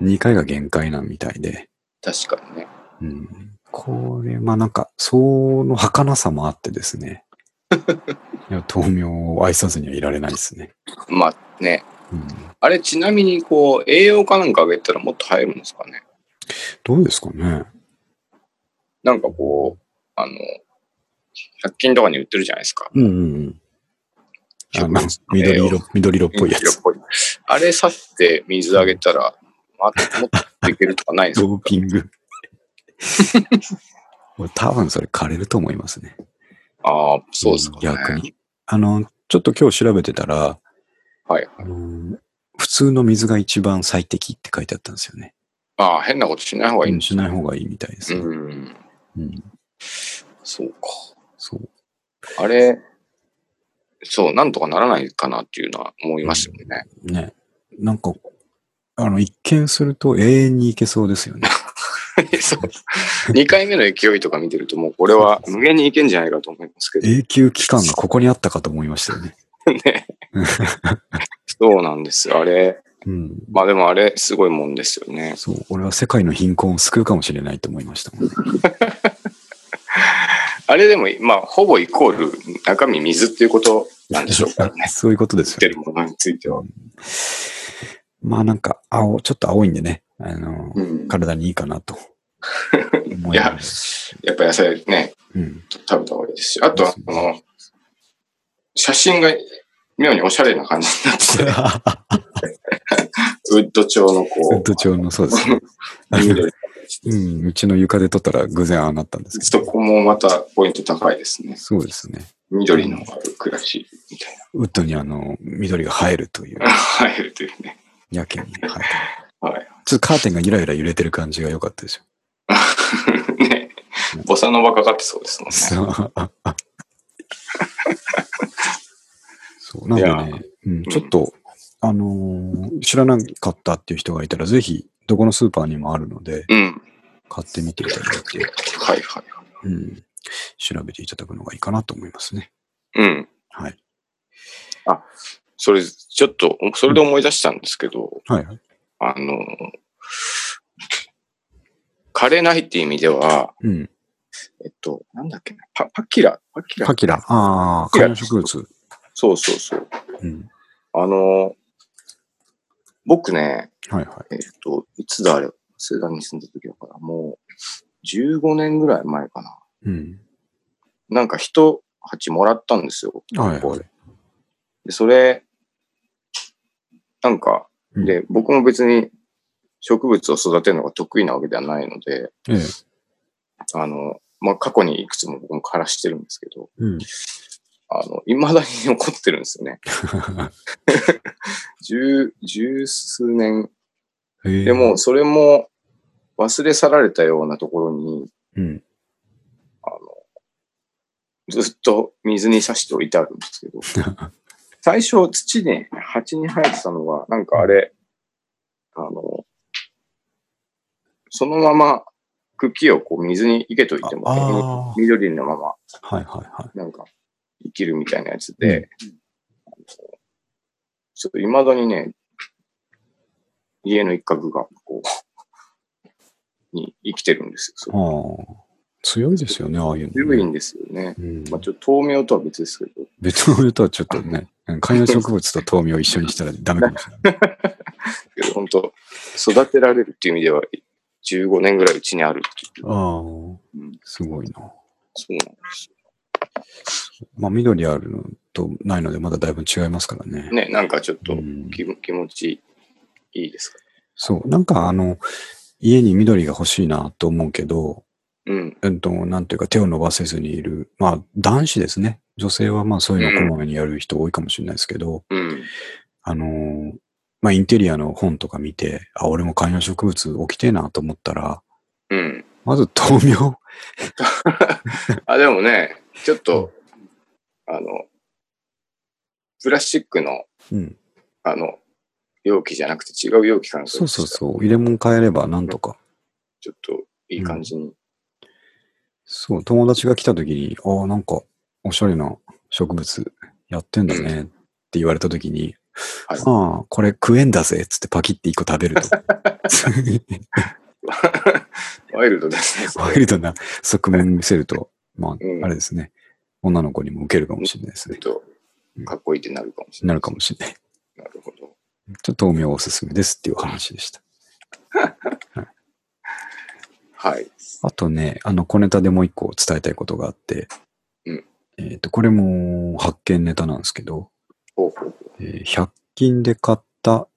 Speaker 2: うん。
Speaker 1: 2回が限界なんみたいで、
Speaker 2: 確かにね。
Speaker 1: うん、これまあなんかその儚さもあってです ねいや豆苗を愛さずにはいられないですね、
Speaker 2: まあね、
Speaker 1: うん、
Speaker 2: あれちなみにこう、栄養かなんかあげたらもっと生えるんですかね。
Speaker 1: どうですかね
Speaker 2: なんかこう、あの、100均とかに売ってるじゃないですか。
Speaker 1: うんうんうんあの
Speaker 2: 植物の栄養
Speaker 1: 緑色緑色っぽいやつ
Speaker 2: あれ刺して水あげたら、まもっといけるとかないんで す
Speaker 1: ド
Speaker 2: か
Speaker 1: ーピングもう多分それ枯れると思いますね
Speaker 2: ああ、そうですか、ね。
Speaker 1: 逆に。あの、ちょっと今日調べてたら、
Speaker 2: はい。
Speaker 1: あの普通の水が一番最適って書いてあったんですよね。
Speaker 2: ああ、変なことしない方がいいん
Speaker 1: うん
Speaker 2: です
Speaker 1: しない方がいいみたいですね。
Speaker 2: うん。
Speaker 1: うん
Speaker 2: そうか。
Speaker 1: そう。
Speaker 2: あれ、そう、なんとかならないかなっていうのは思いますよね。
Speaker 1: ね。なんか、あの、一見すると永遠にいけそうですよ ね。
Speaker 2: そう2回目の勢いとか見てると、もうこれは無限にいけんじゃないかと思いますけど、
Speaker 1: 永久期間がここにあったかと思いましたよね。
Speaker 2: そうなんですよ。あれ、
Speaker 1: うん。
Speaker 2: まあでもあれ、すごいもんですよね。
Speaker 1: そう。俺は世界の貧困を救うかもしれないと思いましたもんね。。
Speaker 2: あれでも、まあ、ほぼイコール、中身水っていうことなんでしょうからね
Speaker 1: そういうことですよ
Speaker 2: 出てるものについては。
Speaker 1: まあなんか、青、ちょっと青いんでね。あの、
Speaker 2: うん。
Speaker 1: 体にいいかなと。思
Speaker 2: い
Speaker 1: いま
Speaker 2: や
Speaker 1: す。、
Speaker 2: やっぱ野菜ね、
Speaker 1: うん。
Speaker 2: 食べた方がいいですし、あとは、あの、写真が妙におしゃれな感じにな ってて、ウッド調のこう、
Speaker 1: ウッド調の、そうですね。
Speaker 2: 緑
Speaker 1: うん、うちの床で撮ったら偶然ああなったんですけ
Speaker 2: そ
Speaker 1: ど。
Speaker 2: こもまたポイント高いですね。
Speaker 1: そうですね。
Speaker 2: 緑の方が暮らしいみたい
Speaker 1: ウッドにあの、緑が映えるという
Speaker 2: な。、 入るというね。
Speaker 1: やけに。はい。
Speaker 2: はい。
Speaker 1: ちょっとカーテンがゆらゆら揺れてる感じが良かったでしょ。
Speaker 2: ね。ボサノバかかってそうですもんね。
Speaker 1: そうああそう、なんか
Speaker 2: い
Speaker 1: ね、うん、ちょっと、あのー知らなかったっていう人がいたら、ぜひ、どこのスーパーにもあるので、
Speaker 2: うん。
Speaker 1: 買ってみていただいて、
Speaker 2: はいはい。
Speaker 1: うん、調べていただくのがいいかなと思いますね。
Speaker 2: うん。
Speaker 1: はい。
Speaker 2: それ、ちょっと、それで思い出したんですけど、
Speaker 1: はいはい。
Speaker 2: あの、枯れないっていう意味では、
Speaker 1: うん。
Speaker 2: えっと、なんだっけな、パパキラパキラ
Speaker 1: パキラ。ああ、観葉植物。
Speaker 2: そうそうそう。
Speaker 1: うん。
Speaker 2: あの、僕ね、
Speaker 1: はいは
Speaker 2: えっと、いつだあれ、スーダンに住んだ時だから、もう15年ぐらい前かな。
Speaker 1: うん。
Speaker 2: なんか一鉢もらったんですよ。
Speaker 1: はい
Speaker 2: こ
Speaker 1: は
Speaker 2: う
Speaker 1: い。
Speaker 2: で、それ、なんか、
Speaker 1: うん
Speaker 2: で、僕も別に植物を育てるのが得意なわけではないので、
Speaker 1: ええ。
Speaker 2: あの、まあ、過去にいくつも僕も枯らしてるんですけど、
Speaker 1: うん。
Speaker 2: あの、未だに残ってるんですよね。十、十数年。
Speaker 1: へえ
Speaker 2: でも、、それも忘れ去られたようなところに、
Speaker 1: うん。
Speaker 2: ずっと水に刺しておいてあるんですけ ど、最初土に、鉢に生えてたのが、なんかあれ、あの、そのまま茎をこう水に生けといて
Speaker 1: あ
Speaker 2: も
Speaker 1: あ、ー
Speaker 2: 緑のまま、
Speaker 1: はいはいは
Speaker 2: なんか生きるみたいなやつで、ちょっと未だにね、家の一角がこう、 に生きてるんです
Speaker 1: い。
Speaker 2: よ。
Speaker 1: ああ。強いですよね、ああいうの、ね。
Speaker 2: 強いんですよね。
Speaker 1: うん。
Speaker 2: まあちょっと豆苗とは別ですけど、
Speaker 1: ベトナムとはちょっとね、うん観葉植物と豆苗を一緒にしたらダメかもしれな い。
Speaker 2: けど本当、育てられるっていう意味では、15年ぐらいうちにあるっていう。
Speaker 1: ああ
Speaker 2: ん、
Speaker 1: すごいな。
Speaker 2: そうなんです
Speaker 1: まあ、緑あるのとないので、まだだいぶ違いますからね。
Speaker 2: よね。なんかちょっ
Speaker 1: う
Speaker 2: と
Speaker 1: ん、
Speaker 2: 気,、気持ちいいですか
Speaker 1: そう。なんか、あの、家に緑が欲しいなと思うけど、
Speaker 2: うん。
Speaker 1: うんと、なんていうか手を伸ばせずにいる。まあ、男子ですね。女性はまあ、そういうのをこまめにやる人多いかもしれないですけど、
Speaker 2: うん。
Speaker 1: あのーまあ、インテリアの本とか見て、あ、俺も観葉植物置きてえなと思ったら、
Speaker 2: うん。
Speaker 1: まず豆苗。
Speaker 2: あ、でもね、ちょっと、あの、プラスチックの、
Speaker 1: うん。
Speaker 2: あの、容器じゃなくて違う容器から
Speaker 1: そうそうそう。入れ物変えればなんとか。
Speaker 2: ちょっといい感じに。
Speaker 1: そう、友達が来た時に、ああ、なんか、おしゃれな植物やってんだねって言われた時に、
Speaker 2: はい
Speaker 1: ああ、これ食えんだぜっつってパキって一個食べると。
Speaker 2: ワイルドですね。
Speaker 1: ワイルドな側面見せると、まあ、
Speaker 2: うん
Speaker 1: あれですね。女の子にも受けるかもしれないです
Speaker 2: ちょっ
Speaker 1: ね。
Speaker 2: と、かっこいいってなるかもしれ
Speaker 1: な
Speaker 2: な。
Speaker 1: いるかもしれない。
Speaker 2: なるほど。
Speaker 1: ちょっと豆苗おすすめですっていうお話でした。
Speaker 2: はい。
Speaker 1: あとね、あの、小ネタでもう一個伝えたいことがあって、
Speaker 2: うん
Speaker 1: えっ、と、これも発見ネタなんですけど、
Speaker 2: ほうほうほ
Speaker 1: えー100均で買った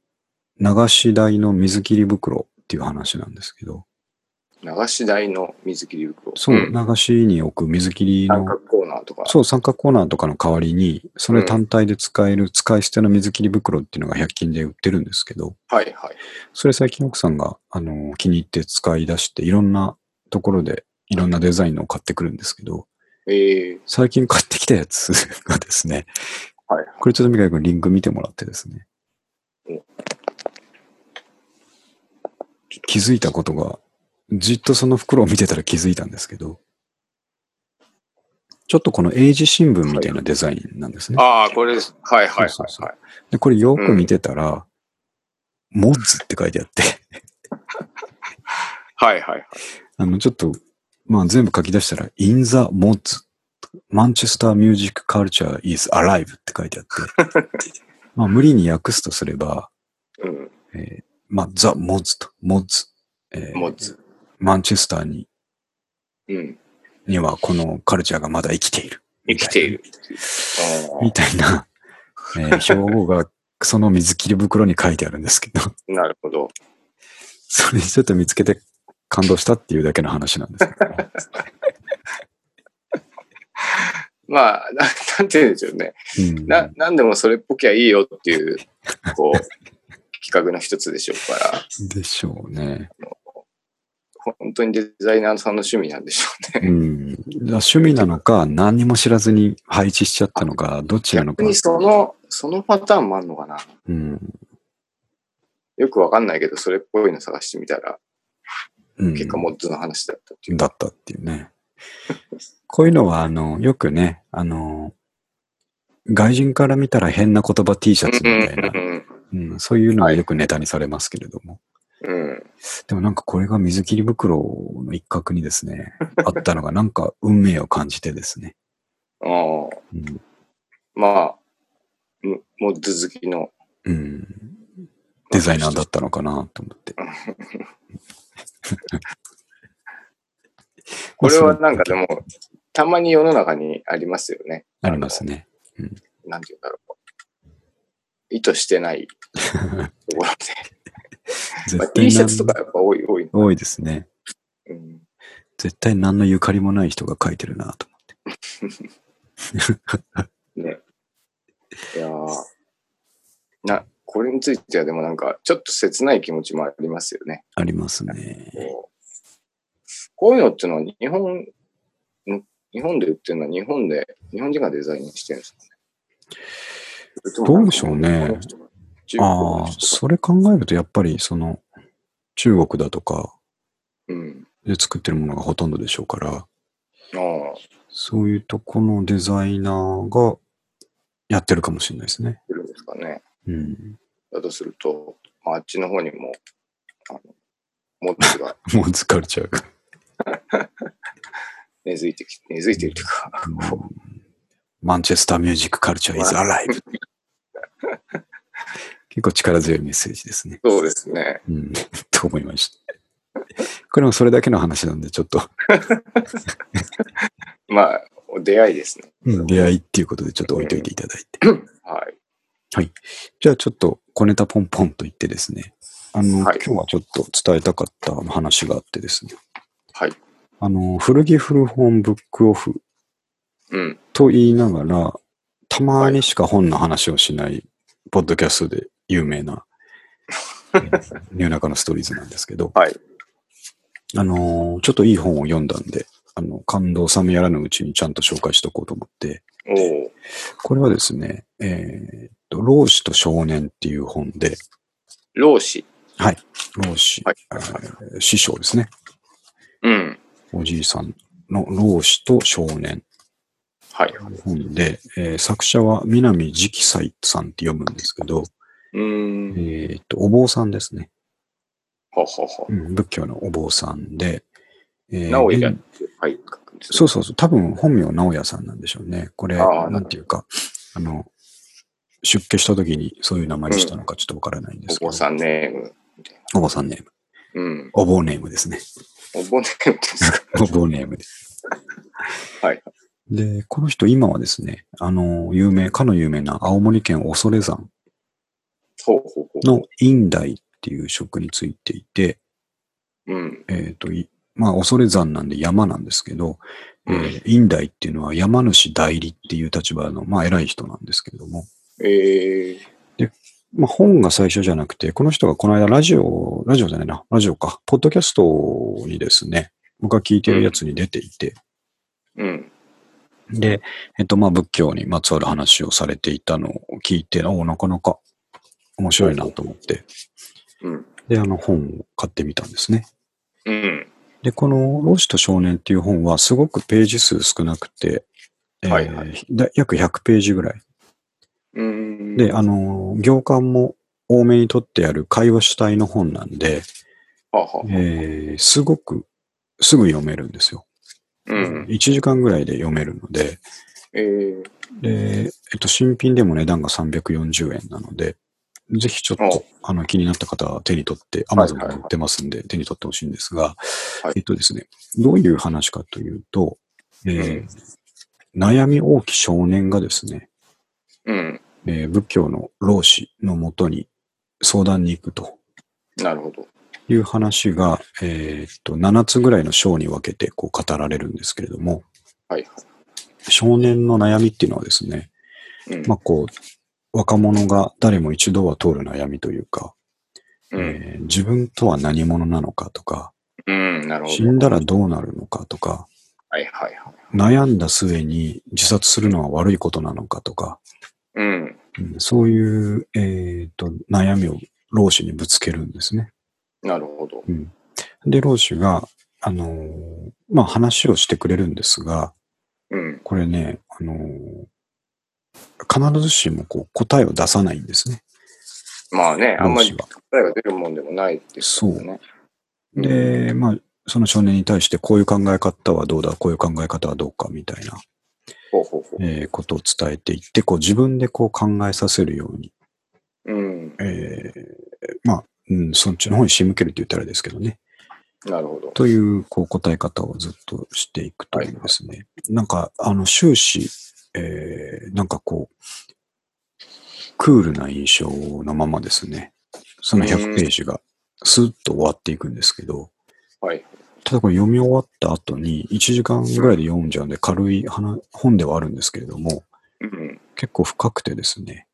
Speaker 1: 流し台の水切り袋っていう話なんですけど、
Speaker 2: う流し台の水切り袋。
Speaker 1: そう、
Speaker 2: ん
Speaker 1: 流しに置く水切り
Speaker 2: 三
Speaker 1: の、
Speaker 2: 角コーナーとか。
Speaker 1: そう、三角コーナーとかの代わりに、それ単体で使える使い捨ての水切り袋っていうのが100均で売ってるんですけど、
Speaker 2: はいはい。
Speaker 1: それ最近奥さんが、あの、気に入って使い出して、いろんなところで、いろんなデザインのを買ってくるんですけど、
Speaker 2: ええ
Speaker 1: 最近買ってきたやつ がですね、
Speaker 2: はい。
Speaker 1: これちょっと三上君リンク見てもらってですね
Speaker 2: お。
Speaker 1: 気づいたことが、じっとその袋を見てたら気づいたんですけど、ちょっとこの英字新聞みたいなデザインなんですね。
Speaker 2: ああ、これです。はいはいはい、はい
Speaker 1: そうそうそうでこれよく見てたら、モッズって書いてあって、
Speaker 2: はいはいはい。
Speaker 1: あの、ちょっと、まあ全部書き出したら、in the mods, Manchester Music Culture is Alive って書い てあって、まあ無理に訳すとすれば、
Speaker 2: うん。
Speaker 1: えーまあ、ザ・モズと、モズ、えー
Speaker 2: 持つ。
Speaker 1: マンチェスターに
Speaker 2: うん。
Speaker 1: にはこのカルチャーがまだ生きている。
Speaker 2: 生きている。あ
Speaker 1: みたいな、えー標語がその水切り袋に書いてあるんですけど、
Speaker 2: あ、なるほど。
Speaker 1: それちょっと見つけて感動したっていうだけの話なんですけど、
Speaker 2: まあ、な なんて言うんでしょうね。
Speaker 1: うん
Speaker 2: な、なんでもそれっぽきゃいいよっていう、こう、 企画の一つでしょうから、
Speaker 1: でしょうね。
Speaker 2: 本当にデザイナーさんの趣味なんでしょう
Speaker 1: う
Speaker 2: ね。
Speaker 1: ん、だから趣味なのか、何にも知らずに配置しちゃったのか、どっちなの
Speaker 2: 逆
Speaker 1: か、
Speaker 2: にその、そのパターンもあるのかな。
Speaker 1: うん
Speaker 2: よくわかんないけど、それっぽいの探してみたら、
Speaker 1: うん、
Speaker 2: 結果モッズの話だったっていう。
Speaker 1: だったっていうね。こういうのは、あの、よくね、あの、外人から見たら変な言葉 T シャツみたいな、うん、そういうのはよくネタにされますけれども。
Speaker 2: うんうんうん。うん。
Speaker 1: でもなんかこれが水切り袋の一角にですね、あったのがなんか運命を感じてですね。
Speaker 2: ああ。
Speaker 1: うん。
Speaker 2: まあ、モモッズ好きの。
Speaker 1: うんデザイナーだったのかなと思って。
Speaker 2: これはなんかでも、たまに世の中にありますよね。
Speaker 1: ありますね。
Speaker 2: あの。なんて言うんだろう。意図してないところで。 まあ、T シャツとかやっぱ多い、多い。
Speaker 1: 多いですね。
Speaker 2: うん、
Speaker 1: 絶対何のゆかりもない人が書いてるなと
Speaker 2: ね。いやーな、これについてはでもなんか、ちょっと切ない気持ちもありますよね。
Speaker 1: ありますね。
Speaker 2: こうこういうのってのは日本、ん日本で売ってるのは日本で、日本人がデザインしてるんですかね。
Speaker 1: どうでしょうね。
Speaker 2: 中
Speaker 1: あ
Speaker 2: 国の
Speaker 1: あ、
Speaker 2: 人とか
Speaker 1: それ考えるとやっぱりその中国だとか
Speaker 2: うん。
Speaker 1: で作ってるものがほとんどでしょうから、
Speaker 2: ああ、
Speaker 1: そういうとこのデザイナーがやってるかもしれないですね。
Speaker 2: いるんですかね。
Speaker 1: うん。
Speaker 2: だとすると、まあ、あっちの方にも、あの、モッツが
Speaker 1: もう疲れちゃう。
Speaker 2: 根付いてき、根付いてるというか、
Speaker 1: マンチェスターミュージックカルチャー is alive. 結構力強いメッセージですね。
Speaker 2: そうですね。
Speaker 1: うん。 と思いました。これもそれだけの話なんで、ちょっと、
Speaker 2: まあ、お出会いですね。
Speaker 1: うん出会いっていうことでちょっと置いといていただいて。
Speaker 2: はい。
Speaker 1: じゃあちょっと小ネタポンポンと言ってですね、あの、
Speaker 2: はい
Speaker 1: 今日はちょっと伝えたかった話があってですね、
Speaker 2: はい。
Speaker 1: あの、古着古本ブックオフ
Speaker 2: うん。
Speaker 1: と言いながら、たまにしか本の話をしない、ポッドキャストで有名 な、ニューナカのストーリーズなんですけど、
Speaker 2: はい。
Speaker 1: あのーちょっといい本を読んだんで、あの、感動冷めやらぬうちにちゃんと紹介しとこうと思って、
Speaker 2: おお。
Speaker 1: これはですね、えーっと、老子と少年っていう本で、
Speaker 2: 老子。
Speaker 1: 老子、
Speaker 2: はい
Speaker 1: あー師匠ですね。
Speaker 2: うん。
Speaker 1: おじいさんの老子と少年
Speaker 2: はい。
Speaker 1: 本で、えー作者は南直斎さんって読むんですけど、
Speaker 2: うーん。
Speaker 1: えーっと、お坊さんですね。
Speaker 2: ははは。
Speaker 1: うん仏教のお坊さんで、えー
Speaker 2: なおやって、はい。書くんですね
Speaker 1: そうそうそう。多分本名は直哉さんなんでしょうね。これ、
Speaker 2: ああ
Speaker 1: なんていうか、あの、出家した時にそういう名前にしたのかちょっとわからないんですけど。
Speaker 2: お坊さんネーム。
Speaker 1: お坊さんネーム。
Speaker 2: うん。
Speaker 1: お坊ネームですね。
Speaker 2: お坊ネームです か。
Speaker 1: お坊ネームです。
Speaker 2: はい。
Speaker 1: で、この人今はですね、あの、有名、かの有名な青森県恐山
Speaker 2: ほうほうほう。
Speaker 1: の院大っていう職についていて、
Speaker 2: うん。
Speaker 1: えっ、と、いまあ、恐山なんで山なんですけど、え
Speaker 2: うん
Speaker 1: ー、院大っていうのは山主代理っていう立場の、まあ、偉い人なんですけれども、
Speaker 2: ええ。
Speaker 1: まあ、本が最初じゃなくて、この人がこの間ラジオ、ラジオじゃないな、ラジオか、ポッドキャストにですね、僕が聞いてるやつに出ていて、
Speaker 2: うん。
Speaker 1: で、えっと、まあ、仏教にまつわる話をされていたのを聞いて、おなかなか面白いなと思って、
Speaker 2: うん。
Speaker 1: で、あの本を買ってみたんですね。
Speaker 2: うん。
Speaker 1: で、この、老子と少年っていう本は、すごくページ数少なくて、えー
Speaker 2: はいは
Speaker 1: だ約100ページぐらい。
Speaker 2: うん。
Speaker 1: で、
Speaker 2: は
Speaker 1: あの、行間も多めに取ってある会話主体の本なんで、
Speaker 2: はは。
Speaker 1: えーすごくすぐ読めるんですよ。
Speaker 2: うん。
Speaker 1: 1時間ぐらいで読めるので、
Speaker 2: ええ。
Speaker 1: で、えっと、新品でも値段が340円なので、ぜひちょっ
Speaker 2: お
Speaker 1: と、あの、気になった方は手に取って、
Speaker 2: はい
Speaker 1: Amazon で売ってますんで、手に取ってほしいんですが、
Speaker 2: はい
Speaker 1: えっとですね、どういう話かというと、えー悩み多き少年がですね、
Speaker 2: うん。
Speaker 1: えー仏教の老子のもとに相談に行くと
Speaker 2: なるほど。
Speaker 1: いう話が、えーっと、7つぐらいの章に分けてこう語られるんですけれども、
Speaker 2: はいは
Speaker 1: 少年の悩みっていうのはですね、
Speaker 2: い。うん
Speaker 1: まあこう、若者が誰も一度は通る悩みというか、
Speaker 2: うん。
Speaker 1: えー自分とは何者なのかとか、
Speaker 2: うん。なるほ
Speaker 1: 死
Speaker 2: ど。
Speaker 1: んだらどうなるのかとか、
Speaker 2: はいはいはい。
Speaker 1: 悩んだ末に自殺するのは悪いことなのかとか、
Speaker 2: うん。
Speaker 1: うんそういう、えーっと悩みを老子にぶつけるんですね。
Speaker 2: なるほど。
Speaker 1: で、老子が、あのーまあ話をしてくれるんですが、
Speaker 2: うん。
Speaker 1: これね、あのー必ずしもこう答えを出さないんですね。
Speaker 2: まあね、あんま
Speaker 1: 老
Speaker 2: り
Speaker 1: 子は。
Speaker 2: 答えが出るもんでもないですよね。
Speaker 1: で、まあ、その少年に対して、こういう考え方はどうだ、こういう考え方はどうか、みたいな、
Speaker 2: ほうほうほ
Speaker 1: えーことを伝えていって、こう自分でこう考えさせるように、
Speaker 2: う。うん。
Speaker 1: えーまあ、うん、そっちの方に仕向けるって言ったらあれですけどね、
Speaker 2: なるほど。
Speaker 1: という、こう、答え方をずっとしていくというですね。なんか、あの、終始、えー、なんかこう、クールな印象のままですね。その100ページが、スーッと終わっていくんですけど、
Speaker 2: はい。
Speaker 1: ただこれ読み終わった後に、1時間ぐらいで読んじゃうんで、軽い話本ではあるんですけれども、
Speaker 2: うん。
Speaker 1: 結構深くてですね、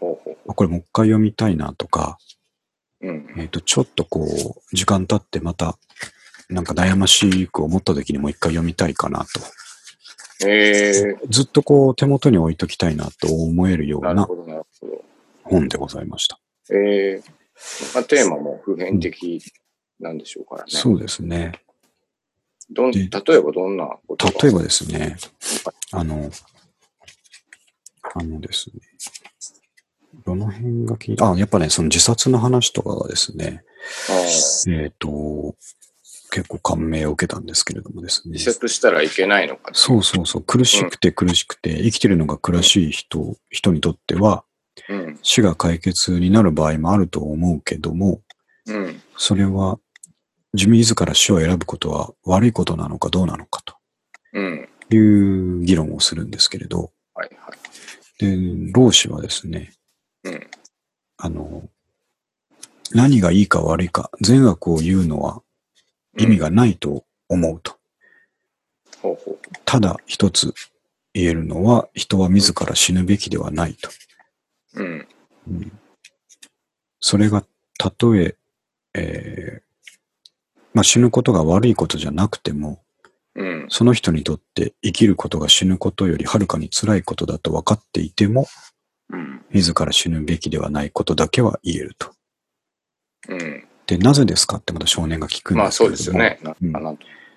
Speaker 2: ほうほ
Speaker 1: あこれもう一回読みたいなとか、
Speaker 2: う。うん。
Speaker 1: えっ、と、ちょっとこう、時間経ってまた、なんか悩ましく思った時にもう一回読みたいかなと。
Speaker 2: ええ
Speaker 1: ずっとこう、手元に置いときたいなと思えるよう
Speaker 2: なる
Speaker 1: な
Speaker 2: ほど、なるほど。
Speaker 1: 本でございました。
Speaker 2: ええまあ、テーマも普遍的なんでしょうからね。
Speaker 1: そうですね。
Speaker 2: どん
Speaker 1: で
Speaker 2: 例えばどんなことが
Speaker 1: 例えばですね、あの、あのですね、どの辺が聞いあ、やっぱね、その自殺の話とかがですね、
Speaker 2: ああ
Speaker 1: えっ、と、結構感銘を受けたんですけれどもですね。
Speaker 2: 自殺したらいけないのかと
Speaker 1: そうそうそう。苦しくて苦しくて、生きてるのが苦しい人、人にとっては、
Speaker 2: うん。
Speaker 1: 死が解決になる場合もあると思うけども、
Speaker 2: うん。
Speaker 1: それは、自分自ら死を選ぶことは悪いことなのかどうなのか
Speaker 2: うん。
Speaker 1: という議論をするんですけれど、
Speaker 2: はいはい。
Speaker 1: で、老子はですね、
Speaker 2: うん
Speaker 1: あの、何がいいか悪いか、善悪を言うのは意味がないと思うと。
Speaker 2: ほうほう。
Speaker 1: ただ一つ言えるのは、人は自ら死ぬべきではないと。
Speaker 2: うん。
Speaker 1: うんそれがたとええーまあ、死ぬことが悪いことじゃなくても
Speaker 2: うん。
Speaker 1: その人にとって生きることが死ぬことよりはるかに辛いことだと分かっていても
Speaker 2: うん。
Speaker 1: 自ら死ぬべきではないことだけは言えると。
Speaker 2: うん。
Speaker 1: でなぜですかってまた少年が聞くん
Speaker 2: ま
Speaker 1: で
Speaker 2: あ
Speaker 1: すけ
Speaker 2: そ
Speaker 1: れども、
Speaker 2: うですよね。な
Speaker 1: うん
Speaker 2: か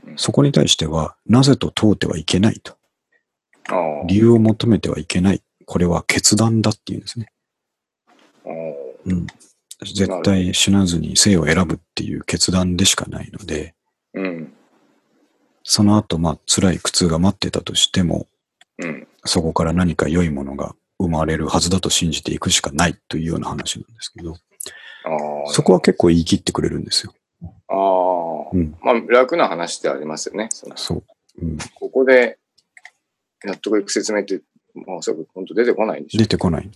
Speaker 2: なと。
Speaker 1: そこに対してはなぜと問うてはいけないと
Speaker 2: ああ
Speaker 1: 理由を求めてはいけないこれは決断だっていうんですね。
Speaker 2: ああ
Speaker 1: うん、絶対死なずに生を選ぶっていう決断でしかないので。
Speaker 2: うん。
Speaker 1: その後、まあ、辛い苦痛が待ってたとしても、
Speaker 2: うん。
Speaker 1: そこから何か良いものが生まれるはずだと信じていくしかないというような話なんですけど、
Speaker 2: ああ。
Speaker 1: そこは結構言い切ってくれるんですよ。
Speaker 2: ああ、
Speaker 1: うん
Speaker 2: まあ楽な話ってありますよね。その
Speaker 1: そう。うん、
Speaker 2: ここで納得いく説明って、もうおそらく本当出てこないんでしょ
Speaker 1: 出てこない。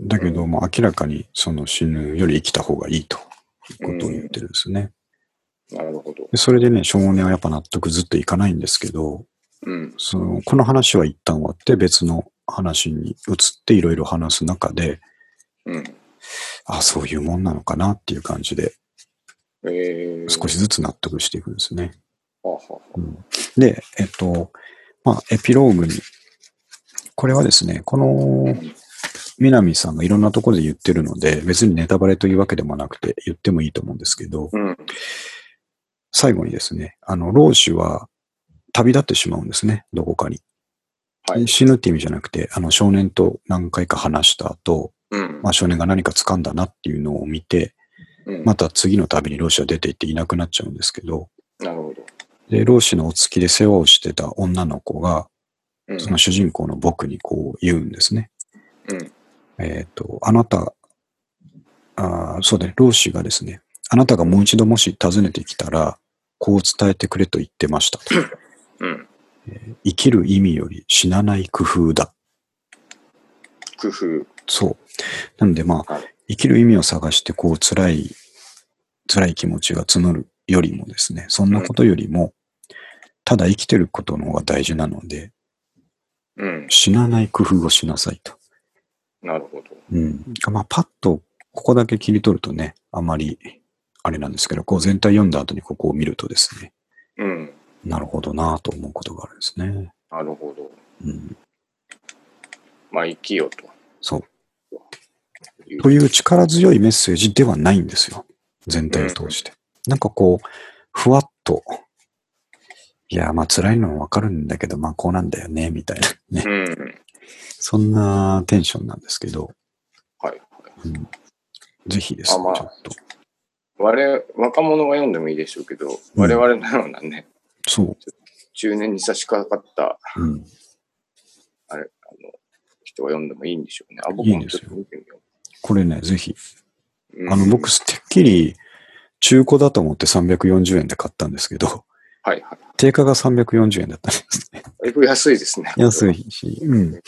Speaker 1: だけど、まあ、明らかにその死ぬより生きた方がいいということを言ってるんですね。
Speaker 2: なるほど。
Speaker 1: でそれでね、少年はやっぱ納得ずっといかないんですけど、
Speaker 2: うん。
Speaker 1: その、この話は一旦終わって別の話に移っていろいろ話す中で、
Speaker 2: うん。
Speaker 1: あ、そういうもんなのかなっていう感じで、
Speaker 2: えー、
Speaker 1: 少しずつ納得していくんですね。
Speaker 2: はあは
Speaker 1: で、えっと、まあ、エピローグに、これはですね、この、南さんがいろんなところで言ってるので、別にネタバレというわけでもなくて、言ってもいいと思うんですけど、
Speaker 2: あうん。
Speaker 1: 最後にですね、あの、老子は旅立ってしまうんですね、どこかに。
Speaker 2: はい
Speaker 1: 死ぬって意味じゃなくて、あの、少年と何回か話した後、
Speaker 2: うん
Speaker 1: ま。あ、少年が何か掴んだなっていうのを見て、
Speaker 2: うん
Speaker 1: また次の旅に老子は出て行っていなくなっちゃうんですけど、
Speaker 2: なるほど。
Speaker 1: で、老子のお付きで世話をしてた女の子が、
Speaker 2: うん。
Speaker 1: その主人公の僕にこう言うんですね。
Speaker 2: うん
Speaker 1: えっ、と、あなた、あーそうだね、老子がですね、あなたがもう一度もし訪ねてきたら、こう伝えてくれと言ってま したと。
Speaker 2: うん。
Speaker 1: 生きる意味より死なない工夫だ。
Speaker 2: 工夫。
Speaker 1: そう。なんでまあ
Speaker 2: はい、
Speaker 1: 生きる意味を探して、こう辛い、辛い気持ちが募るよりもですね、そんなことよりも、ただ生きてることの方が大事なので、
Speaker 2: うん。
Speaker 1: 死なない工夫をしなさいと。
Speaker 2: なるほど。
Speaker 1: うん。まあ、パッとここだけ切り取るとね、あまり、あれなんですけど、こう全体読んだ後にここを見るとですね、
Speaker 2: うん。
Speaker 1: なるほどなぁと思うことがあるんですね。
Speaker 2: なるほど。
Speaker 1: うん。
Speaker 2: まあ、生きようと
Speaker 1: そう。
Speaker 2: いう。
Speaker 1: という力強いメッセージではないんですよ。全体を通して。なんかこう、ふわっと、いや、まあ辛いのもわかるんだけど、まあこうなんだよね、みたいなね。
Speaker 2: うん。
Speaker 1: そんなテンションなんですけど、
Speaker 2: はい。
Speaker 1: うん、ぜひですね
Speaker 2: あ、まあ
Speaker 1: ちょっと。
Speaker 2: 我々、若者が読んでもいいでしょうけど、
Speaker 1: うん
Speaker 2: 我々のようなね、
Speaker 1: そう。
Speaker 2: 中年に差し掛かった
Speaker 1: うん。
Speaker 2: 人が読んでもいいんでしょうね。あ、僕
Speaker 1: いい
Speaker 2: も
Speaker 1: ですよ
Speaker 2: ちょっと見てみよ
Speaker 1: これね、ぜひ
Speaker 2: う。うん
Speaker 1: あの、僕、てっきり、中古だと思って340円で買ったんですけど、
Speaker 2: はいは
Speaker 1: 定価が340円だったんですね。
Speaker 2: い。だいぶ安いですね。
Speaker 1: 安
Speaker 2: い。
Speaker 1: いし、うん。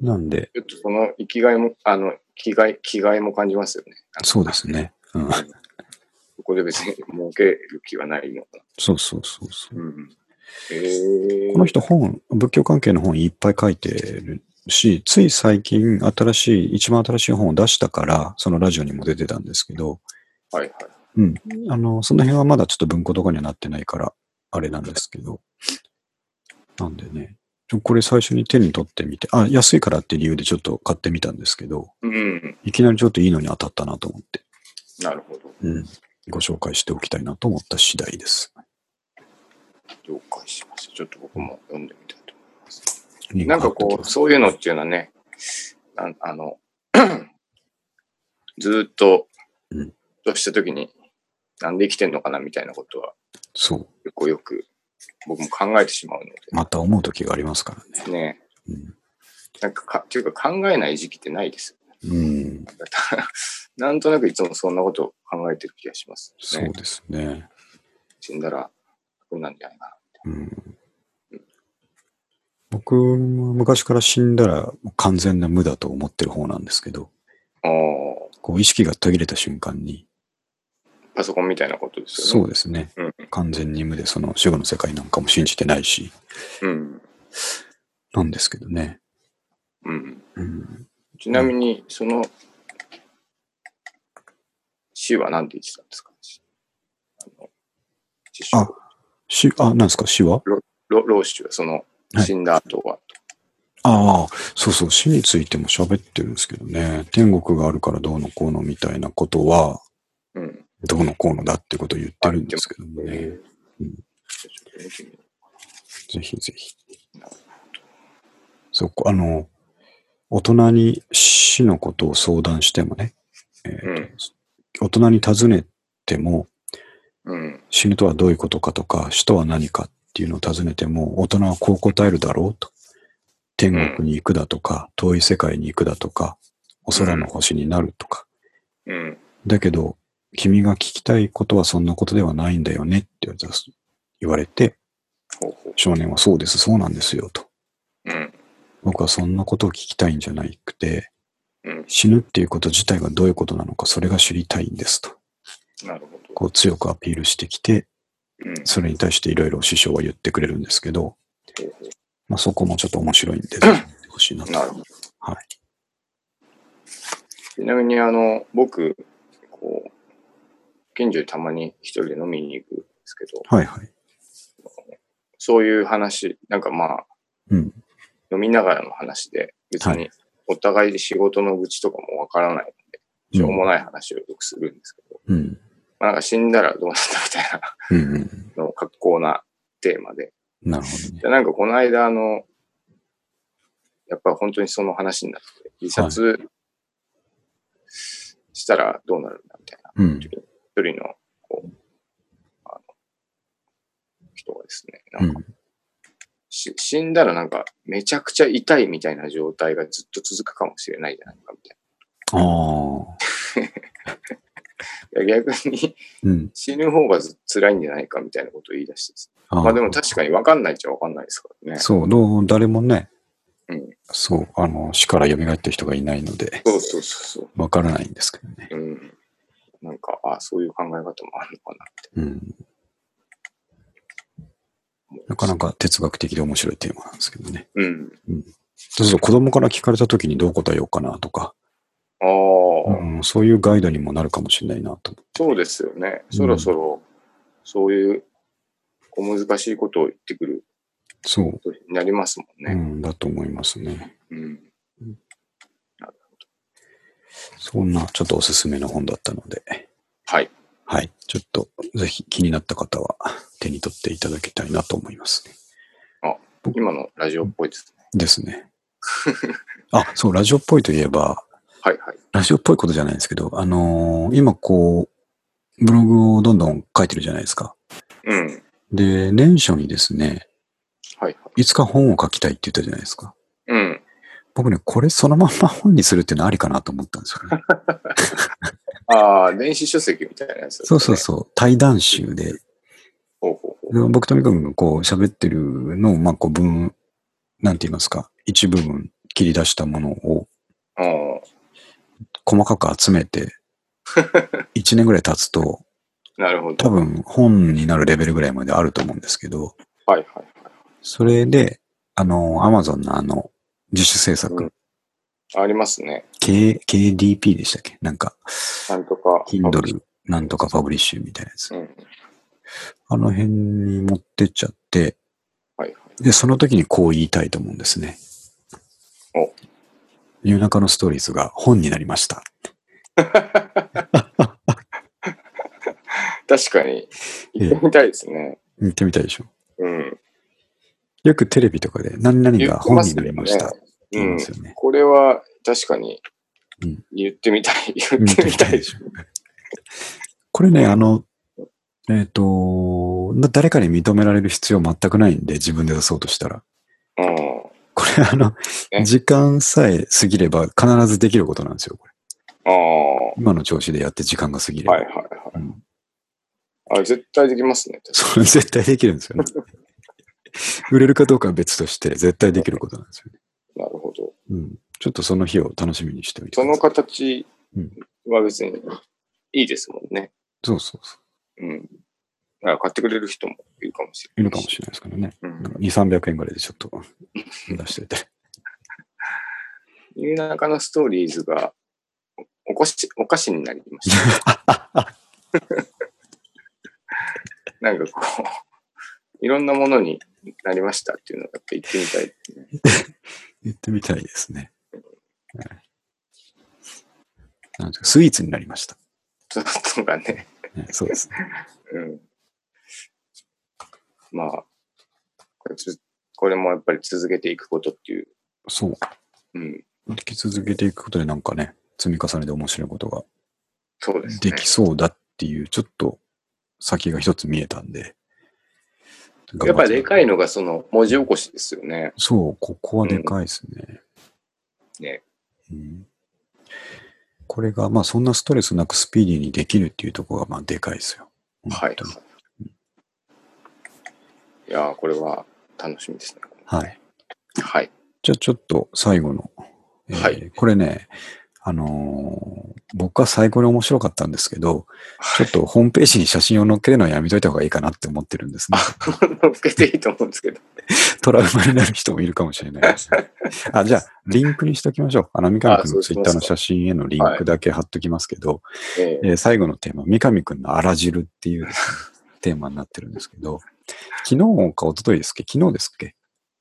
Speaker 1: なんで、
Speaker 2: ちょっとその生きがいも、あの、気概、気概も感じますよね。
Speaker 1: そうですね。うん。
Speaker 2: ここで別に儲ける気はないのか
Speaker 1: そうそうそうそう。
Speaker 2: な。うん。えー、
Speaker 1: この人本、仏教関係の本いっぱい書いてるし、つい最近新しい、一番新しい本を出したから、そのラジオにも出てたんですけど、
Speaker 2: はいはい。
Speaker 1: うん。あの、その辺はまだちょっと文庫とかにはなってないから、あれなんですけど。なんでね、ちょこれ最初に手に取ってみて、あ、安いからって理由でちょっと買ってみたんですけど、
Speaker 2: うん。
Speaker 1: いきなりちょっといいのに当たったなと思って、
Speaker 2: なるほど。
Speaker 1: うん。ご紹介しておきたいなと思った次第です。
Speaker 2: 了解しました。ちょっと僕も読んでみたいと思います。
Speaker 1: リンク
Speaker 2: なんか
Speaker 1: 貼っ
Speaker 2: こと
Speaker 1: きま
Speaker 2: う、
Speaker 1: す
Speaker 2: そういうのっていうのはね、ああの、 ずーっと
Speaker 1: うん、
Speaker 2: としたときに、なんで生きてんのかなみたいなことは、
Speaker 1: そう。
Speaker 2: 結構よく、僕も考えてしまうの
Speaker 1: また思う時がありますからね。
Speaker 2: で、ね。
Speaker 1: うん
Speaker 2: なんかか、というか考えない時期ってないですよ。
Speaker 1: うん、
Speaker 2: なんとなくいつもそんなことを考えてる気がします、
Speaker 1: そ
Speaker 2: ね
Speaker 1: う。ですね。
Speaker 2: 死んだら、こうなんじゃないか
Speaker 1: うん、僕は昔から死んだらもう完全な無だと思ってる方なんですけど、
Speaker 2: な。お
Speaker 1: こう意識が途切れた瞬間に、
Speaker 2: ーパソコンみたいなことですよ
Speaker 1: そ
Speaker 2: ね。
Speaker 1: うですね
Speaker 2: うん。
Speaker 1: 完全に無で、その死後の世界なんかも信じてないし、
Speaker 2: そう。うん。
Speaker 1: なんですけどね。
Speaker 2: うん。
Speaker 1: うん、
Speaker 2: ちなみに、その、死は何て言ってたんですかあの、師匠
Speaker 1: あ死、あ、なんですか死は
Speaker 2: 老老師はその、
Speaker 1: はい
Speaker 2: 死んだ後は、
Speaker 1: ああ、そうそう、死についても喋ってるんですけどね。天国があるからどうのこうのみたいなことは、
Speaker 2: うん。
Speaker 1: どうのこうのだってことを言ってるんですけどもね。
Speaker 2: え
Speaker 1: う
Speaker 2: ー
Speaker 1: ん
Speaker 2: ちょっと見てみよ
Speaker 1: ぜひぜひ
Speaker 2: なるほ。
Speaker 1: そうこあの、大人に死のことを相談してもね、えー
Speaker 2: ううん。
Speaker 1: 大人に尋ねても、
Speaker 2: うん。
Speaker 1: 死ぬとはどういうことかとか、死とは何かっていうのを尋ねても、大人はこう答えるだろうと。天国に行くだとか、遠い世界に行くだとか、お空の星になるとか。
Speaker 2: うん。
Speaker 1: だけど、君が聞きたいことはそんなことではないんだよねって言われた言われて、
Speaker 2: ほうほう。
Speaker 1: 少年はそうです、そうなんですよと。
Speaker 2: うん。
Speaker 1: 僕はそんなことを聞きたいんじゃなくて、
Speaker 2: うん。
Speaker 1: 死ぬっていうこと自体がどういうことなのか、それが知りたいんですと。
Speaker 2: なるほど。
Speaker 1: こう強くアピールしてきて、
Speaker 2: うん。
Speaker 1: それに対していろいろ師匠は言ってくれるんですけど、
Speaker 2: ほうほ
Speaker 1: まあ、そこもちょっと面白いんで、ぜひ見てほしいな
Speaker 2: う
Speaker 1: と。
Speaker 2: なるほど。
Speaker 1: はい。
Speaker 2: ちなみに、あの、僕、こう、近所でたまに一人で飲みに行くんですけど、
Speaker 1: はいはい。
Speaker 2: そういう話、なんかまあ、
Speaker 1: うん。
Speaker 2: 飲みながらの話で、別
Speaker 1: は
Speaker 2: にお互いで仕事の愚痴とかもわからないので、しょうもない話をよくするんですけど、
Speaker 1: うん。
Speaker 2: まあなんか死んだらどうなったみたい
Speaker 1: うん、うん。
Speaker 2: なの格好なテーマで。
Speaker 1: なるほどね。
Speaker 2: で、なんかこの間、あの、やっぱ本当にその話になって、自殺したらどうなるんだみたいな、
Speaker 1: うん。
Speaker 2: 一人の、こう、あの、人がですね、
Speaker 1: う
Speaker 2: なん
Speaker 1: ん
Speaker 2: か、。し死んだらなんかめちゃくちゃ痛いみたいな状態がずっと続くかもしれないじゃないかみたいな。
Speaker 1: ああ。
Speaker 2: いや逆に
Speaker 1: うん。
Speaker 2: 死ぬ方がず辛いんじゃないかみたいなことを言い出してです
Speaker 1: あー
Speaker 2: まあでも確かに分かんないっちゃ分かんないですからね。
Speaker 1: そう、どう、誰もね、
Speaker 2: うん
Speaker 1: そう、あの、死から蘇った人がいないので、
Speaker 2: そうそうそう
Speaker 1: わからないんですけどね。
Speaker 2: そう。うん。なんか、あそういう考え方もあるのかなって
Speaker 1: うん。
Speaker 2: 思います。
Speaker 1: なかなか哲学的で面白いテーマなんですけどね。
Speaker 2: うん。
Speaker 1: そうそう、子供から聞かれた時にどう答えようかなとか、
Speaker 2: ああ、
Speaker 1: うん、そういうガイドにもなるかもしれないなと思
Speaker 2: そうですよね。
Speaker 1: うん
Speaker 2: そろそろ、そういう小難しいことを言ってくる
Speaker 1: う。そう、
Speaker 2: ことになりますもん
Speaker 1: う
Speaker 2: ね。
Speaker 1: ん、だと思いますね。
Speaker 2: うん。
Speaker 1: そんな、ちょっとおすすめの本だったので、
Speaker 2: はい。
Speaker 1: はい、ちょっと、ぜひ気になった方は手に取っていただきたいなと思いますね。
Speaker 2: 今のラジオっぽいですね。
Speaker 1: ですね。あ、そう、ラジオっぽいといえば、
Speaker 2: はいはい。
Speaker 1: ラジオっぽいことじゃないんですけど、あのー今こう、ブログをどんどん書いてるじゃないですか。
Speaker 2: うん。はい
Speaker 1: で、年初にですね、
Speaker 2: はい。
Speaker 1: いつか本を書きたいって言ったじゃないですか。
Speaker 2: うん。
Speaker 1: 僕ね、これそのまんま本にするっていうのはありかなと思ったんですよね。
Speaker 2: ああ、電子書籍みたいなやつ、
Speaker 1: そうそうそう。対談集で、
Speaker 2: う。ほうほうほう。
Speaker 1: 僕とみくんがこう喋ってるのを、まあ、こう分、なんて言いますか、一部分切り出したものを
Speaker 2: あー
Speaker 1: 細かく集め て、1年ぐらい経つと、
Speaker 2: なるほど。
Speaker 1: 多分本になるレベルぐらいまであると思うんですけど、
Speaker 2: はいはいはい。
Speaker 1: それで、あの、アマゾンのあの、自主制作、
Speaker 2: うんありますね。
Speaker 1: K、KDP でしたっけなんか、
Speaker 2: なんとか。
Speaker 1: Kindle なんとかパブリッシュみたいなやつ
Speaker 2: う。ん。はい
Speaker 1: あの辺に持ってっちゃって、
Speaker 2: はい。
Speaker 1: で、その時にこう言いたいと思うんですね。
Speaker 2: お
Speaker 1: 夜中のストーリーズが本になりました。
Speaker 2: 確かに、
Speaker 1: え
Speaker 2: 行ってみたいですね。
Speaker 1: 言ってみたいでしょ。
Speaker 2: うん。
Speaker 1: よくテレビとかで何々が本になりましたって
Speaker 2: う
Speaker 1: 言い
Speaker 2: ん
Speaker 1: ま。すよね。
Speaker 2: これは確かに
Speaker 1: うん、
Speaker 2: 言ってみたい。言ってみたいでしょ。
Speaker 1: これね、あの、えっ、と、な誰かに認められる必要全くないんで、自分で出そうとしたら。
Speaker 2: うん。
Speaker 1: これあの、
Speaker 2: ね
Speaker 1: 時間さえ過ぎれば必ずできることなんですよ、これ。
Speaker 2: ああ。
Speaker 1: 今の調子でやって時間が過ぎれば。
Speaker 2: はいはいはい。
Speaker 1: うん
Speaker 2: あ絶対できますね。確か
Speaker 1: それ絶対できるんですよね。 売れるかどうかは別として、絶対できることなんですよね。
Speaker 2: になるほど。
Speaker 1: うん。ちょっとその日を楽しみにしておいて
Speaker 2: そ
Speaker 1: くだ
Speaker 2: の
Speaker 1: さい。
Speaker 2: 形は別にいいですもんね。
Speaker 1: そうそうそ
Speaker 2: うん。だから買ってくれる人もいるかもし
Speaker 1: う。い
Speaker 2: れな
Speaker 1: るか
Speaker 2: いし。
Speaker 1: もしれないですからね。
Speaker 2: うん
Speaker 1: なんか2、300円ぐらいでちょっと出しておいて。
Speaker 2: 家の中のストーリーズがおお菓子お菓子になりました。 なんかこう、いろんなものになりましたっていうのがやっぱ言ってみたいですね。
Speaker 1: 言ってみたいですね。はいなんですかスイーツになりました。
Speaker 2: そうとかね。
Speaker 1: ねそうですね。
Speaker 2: うん。まあ、これつこれもやっぱり続けていくことっていう。
Speaker 1: そう。
Speaker 2: うん。
Speaker 1: 引き続けていくことでなんかね、積み重ねで面白いことが
Speaker 2: そうですね。
Speaker 1: できそうだっていう、ちょっと先が一つ見えたんで。
Speaker 2: やっぱりでかいのがその文字起こしですよね。
Speaker 1: そう、ここはでかいですね。
Speaker 2: ね
Speaker 1: うんこれが、まあそんなストレスなくスピーディーにできるっていうところが、まあでかいですよ。
Speaker 2: は
Speaker 1: 本
Speaker 2: い
Speaker 1: 当に。
Speaker 2: いやーこれは楽しみですね。
Speaker 1: はい。
Speaker 2: はい。
Speaker 1: じゃあちょっと最後の。えー
Speaker 2: はい
Speaker 1: これね、あのー僕は最高に面白かったんですけど、ちょっとホームページに写真を載っけるのはやめといた方がいいかなって思ってるん ですね。
Speaker 2: 乗っけていいと思うんですけど。
Speaker 1: トラウマになる人もいるかもしれないです ね。あ、じゃあ、リンクにしときましょう。あの、三上
Speaker 2: あ
Speaker 1: くん
Speaker 2: そ
Speaker 1: の
Speaker 2: う
Speaker 1: ツ
Speaker 2: し
Speaker 1: イッ
Speaker 2: ま
Speaker 1: タ
Speaker 2: す
Speaker 1: ー
Speaker 2: か
Speaker 1: の写真へのリンクだけ貼っときますけど、
Speaker 2: ええ
Speaker 1: えー最後のテーマ、三上くんの荒汁って いうですねテーマになってるんですけど、昨日か一昨日ですっけ昨日ですっけ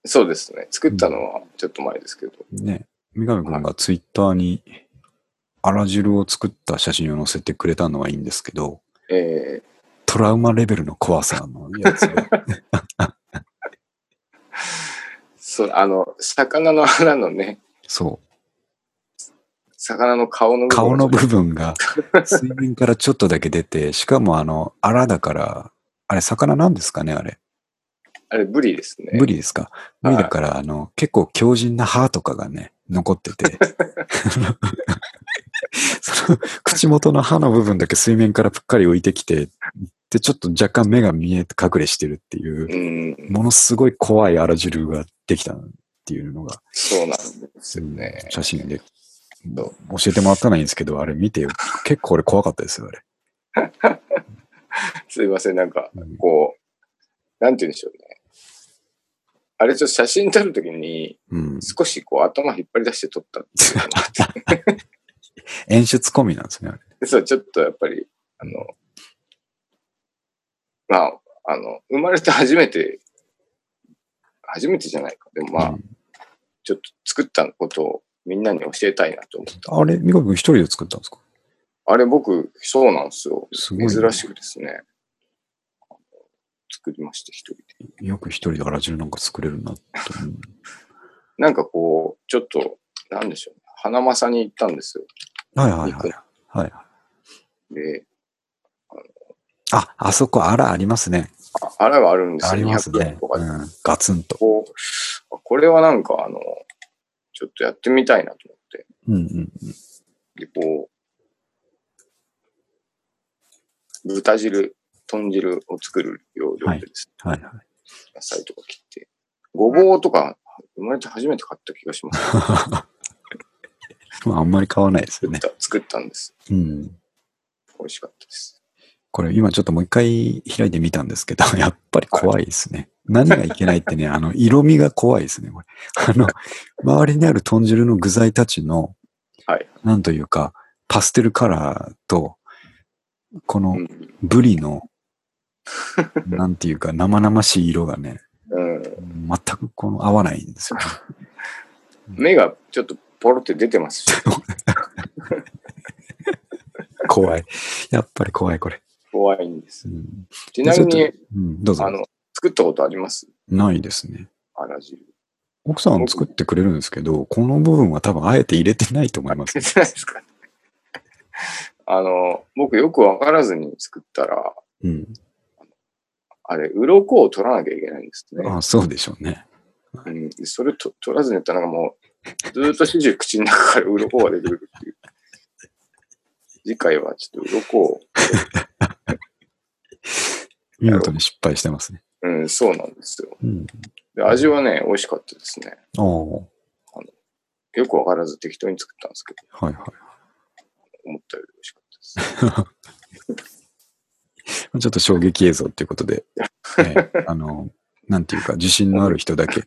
Speaker 2: そうですね。作ったのはちょっと前ですけど。
Speaker 1: ね、三上くんがツイッターに荒汁を作った写真を載せてくれたのはいいんですけど、
Speaker 2: ええ
Speaker 1: トラウマレベルの怖さのや つが
Speaker 2: そう、あの、魚の腹のね、
Speaker 1: そ
Speaker 2: 魚の顔
Speaker 1: う、
Speaker 2: の部分
Speaker 1: 顔の部分 が水面からちょっとだけ出て、しかもあの、荒だから、あれ、魚なんですかねあれ。
Speaker 2: あれ、ブリですね。
Speaker 1: 無理ですか無
Speaker 2: はい
Speaker 1: 理だから、あの、結構強靭な歯とかがね、残って て。その、口元の歯の部分だけ水面からぷっかり浮いてきて、で、ちょっと若干目が見えて隠れしてるっていう、
Speaker 2: うん、
Speaker 1: ものすごい怖い荒汁ができたっていうのが、
Speaker 2: そうなんですよね。
Speaker 1: 写真で。
Speaker 2: ど
Speaker 1: 教
Speaker 2: う
Speaker 1: えてもらったのはいいんですけど、あれ見てよ。結構俺怖かったですよ、あれ。
Speaker 2: すいません、なんか、
Speaker 1: うん
Speaker 2: こう、なんて言うんでしょうね。あれ、ちょっと写真撮るときに、
Speaker 1: うん。
Speaker 2: 少しこう、頭引っ張り出して撮ったっていうのがあっ
Speaker 1: 演出込みなんですね、あれ。
Speaker 2: てそう、ちょっとやっぱり、あの、まあ、あの、生まれて初めて、初めてじゃないか。でもまあ、
Speaker 1: うん
Speaker 2: ちょっと作ったことをみんなに教えたいなと思った。
Speaker 1: あれ、三上君一人で作ったんですか
Speaker 2: あれ僕、そうなんですよ。
Speaker 1: すごいね
Speaker 2: 珍しくですね。作りました、一人で。
Speaker 1: よく一人であら汁なんか作れるなと思う。
Speaker 2: なんかこう、ちょっと、なんでしょうね。花正に行ったんですよ。
Speaker 1: はいはいはい。はい、
Speaker 2: で、
Speaker 1: あ、あそこ、あらありますね。
Speaker 2: ああらがあるんですよ。
Speaker 1: あります
Speaker 2: 200
Speaker 1: ね
Speaker 2: 円と。
Speaker 1: う
Speaker 2: かで。
Speaker 1: ん、ガツンと。
Speaker 2: こう、あこれはなんか、あの、ちょっとやってみたいなと思って。
Speaker 1: うんうん。
Speaker 2: で、こう、豚汁、豚汁を作る要領でですね、
Speaker 1: はいはい。
Speaker 2: 野菜とか切って。ごぼうとか、生まれて初めて買った気がします。
Speaker 1: まあ、あんまり買わないです
Speaker 2: 作
Speaker 1: よね
Speaker 2: っ。た、作ったんです。
Speaker 1: うん。
Speaker 2: 美味しかったです。
Speaker 1: これ今ちょっともう一回開いてみたんですけど、 やっぱり怖いですね。何がいけないって ね、あの、色味が怖いですね、これ。あの、周りにある豚汁の具材たちの、
Speaker 2: はい
Speaker 1: なんというか、パステルカラーと、こ
Speaker 2: う
Speaker 1: の
Speaker 2: ん。
Speaker 1: ブリの、 なんていうか、生々しい色がね、
Speaker 2: うん、
Speaker 1: 全くこの合わないんです よね。
Speaker 2: 目がちょっとポロって出 てますし、
Speaker 1: 怖い。やっぱり怖い、これ。
Speaker 2: 怖いんです
Speaker 1: う。ん、
Speaker 2: ちなみに、
Speaker 1: うん、どうぞ
Speaker 2: あ。の、作ったことあります
Speaker 1: ないですね。
Speaker 2: あら汁。
Speaker 1: 奥さん作ってくれるんですけど、この部分は多分あえて入れてないと思います
Speaker 2: 作っ。てないですかあの、僕よくわからずに作ったら、
Speaker 1: うん。
Speaker 2: あれ、鱗を取らなきゃいけないんですね。
Speaker 1: あそうでしょうね。
Speaker 2: うん、でそれと取らずにやったらなんかもう、ずーっと始終口の中から鱗が出てくるっていう。次回はちょっと鱗を、
Speaker 1: 見事に失敗してますね。
Speaker 2: うん、そうなんですよ。
Speaker 1: うん。
Speaker 2: で味はね、美味しかったですね。
Speaker 1: ああ、は
Speaker 2: よくわからず適当に作ったんですけど、
Speaker 1: いは
Speaker 2: 思ったより美味しかったです。
Speaker 1: い。ちょっと衝撃映像っていうことで、ね、 あの、なんていうか、自信のある人だけ、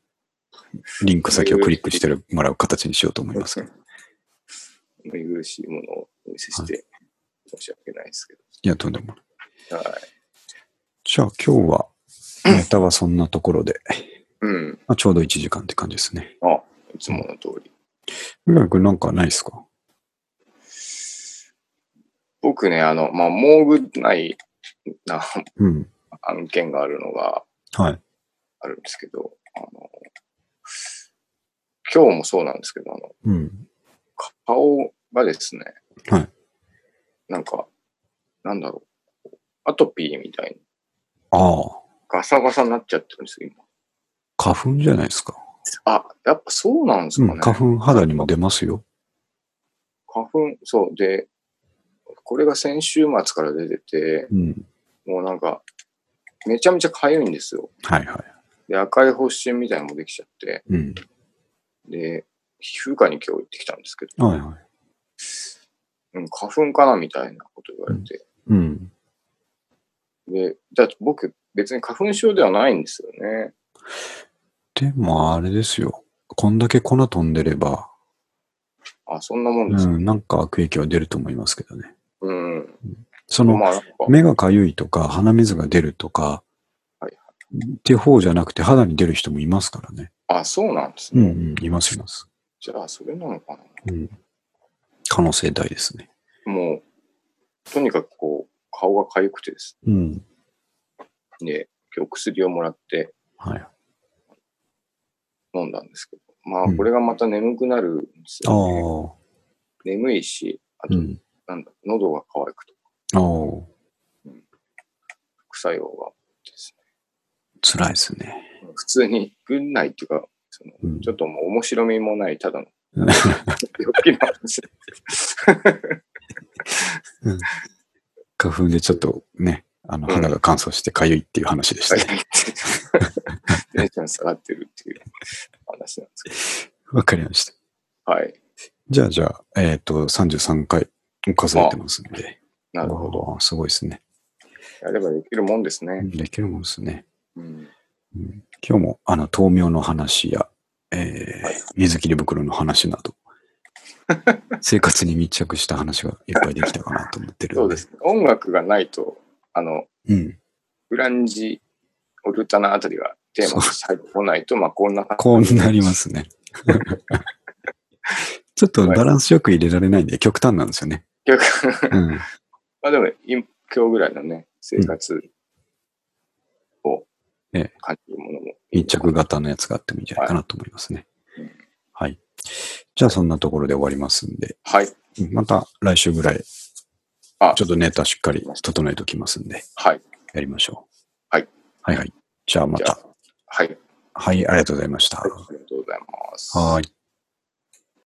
Speaker 1: リンク先をクリックしてもらう形にしようと思いますけど。
Speaker 2: 見苦しいものをお見せして、申し訳ないですけ
Speaker 1: いや、とんでもない。
Speaker 2: ど。はい。
Speaker 1: じゃあ今日は、ネタはそんなところで、
Speaker 2: うん。
Speaker 1: まあ、ちょうど1時間って感じですね。
Speaker 2: あ、いつもの通り。
Speaker 1: みなみくんなんかないですか
Speaker 2: 僕ね、あの、まあ、もうぐないな
Speaker 1: うん。
Speaker 2: 案件があるのが
Speaker 1: はい。
Speaker 2: あるんですけど、あの、今日もそうなんですけど、あの、
Speaker 1: うん。
Speaker 2: 顔がですね、
Speaker 1: はい
Speaker 2: なんか、なんだろう、アトピーみたいに
Speaker 1: ああ、
Speaker 2: ガサガサになっちゃってるんですよ、今。
Speaker 1: 花粉じゃないですか。
Speaker 2: あ、やっぱそうなんです
Speaker 1: う
Speaker 2: か
Speaker 1: ん
Speaker 2: ね。
Speaker 1: 花粉肌にも出ますよ。
Speaker 2: 花粉、そう。で、これが先週末から出てて、
Speaker 1: うん。
Speaker 2: もうなんか、めちゃめちゃ痒いんですよ。
Speaker 1: はいは
Speaker 2: で、赤い発疹みたいなのもできちゃって、
Speaker 1: い。うん。
Speaker 2: で、皮膚科に今日行ってきたんですけど、
Speaker 1: はいはい。
Speaker 2: うん、花粉かなみたいなこと言われて、
Speaker 1: うん。
Speaker 2: で、だって僕、別に花粉症ではないんですよね。
Speaker 1: でもあれですよ。こんだけ粉飛んでれば、
Speaker 2: あ、そんなもんです
Speaker 1: う
Speaker 2: か。
Speaker 1: ん、なんか悪影響は出ると思いますけどね。
Speaker 2: うん。
Speaker 1: その、
Speaker 2: まあ、なんか、
Speaker 1: 目がかゆいとか、鼻水が出るとか、
Speaker 2: はい
Speaker 1: って方じゃなくて肌に出る人もいますからね。
Speaker 2: あ、そうなんです
Speaker 1: う
Speaker 2: ね。
Speaker 1: ん、うん、いますいます。
Speaker 2: じゃあ、それなのかな。
Speaker 1: うん。可能性大ですね。
Speaker 2: もう、とにかくこう、顔が痒くてです
Speaker 1: うん。
Speaker 2: ね。で、今日薬をもらって
Speaker 1: はい。
Speaker 2: 飲んだんですけど、まあ、
Speaker 1: うん
Speaker 2: これがまた眠くなるんです
Speaker 1: あ
Speaker 2: よ、ね
Speaker 1: あ、
Speaker 2: 眠いし、あ
Speaker 1: う
Speaker 2: と、
Speaker 1: ん。
Speaker 2: なんだ、喉が渇くと
Speaker 1: ああ、
Speaker 2: 副作用がです
Speaker 1: 辛いですね。
Speaker 2: ね。普通に、軍内っていうか、その
Speaker 1: うん
Speaker 2: ちょっともう面白みもな い、ただの
Speaker 1: うん
Speaker 2: 病気なんです
Speaker 1: 花粉でちょっとね、あの、
Speaker 2: うん
Speaker 1: 肌が乾燥してかゆいっていう話でしたね。
Speaker 2: テンション下がってるっていう話なんですけ
Speaker 1: わかりました。
Speaker 2: ど。はい。
Speaker 1: じゃあじゃあ、えっ、と、33回数えてますんで。
Speaker 2: なるほど。
Speaker 1: あー。すごいですね。
Speaker 2: やればできるもんですね。
Speaker 1: できるもんですね。
Speaker 2: うん。
Speaker 1: うん今日も、あの、豆苗の話や、えー水切り袋の話な ど、生活に密着した話がいっぱいできたかなと思ってる
Speaker 2: そ
Speaker 1: の
Speaker 2: うです。音楽がないと、あの、
Speaker 1: うん。
Speaker 2: フランジ、オルタナあたりがテーマとして入ってこないと、まあ、こんな感
Speaker 1: こ
Speaker 2: じ。
Speaker 1: うなりま。 すね。ちょっとバランスよく入れられないんで、極端なんですよね。
Speaker 2: 結局
Speaker 1: うん。
Speaker 2: まあでも、今今日ぐらいのね、生活を
Speaker 1: うんえ
Speaker 2: 感じるものも。
Speaker 1: 密着型のやつがあってもいいんじゃないかなと思いますね。はい。じゃあそんなところで終わりますんで、
Speaker 2: はい。
Speaker 1: また来週ぐらい、ちょ
Speaker 2: あ
Speaker 1: っとネタしっかり整えておきますんで、
Speaker 2: はい。
Speaker 1: やりましょう。
Speaker 2: はい。
Speaker 1: はいはい。じゃあま
Speaker 2: じゃ
Speaker 1: た
Speaker 2: あ。はい。
Speaker 1: はい、ありがとうございました。
Speaker 2: ありがとうございます。
Speaker 1: はい。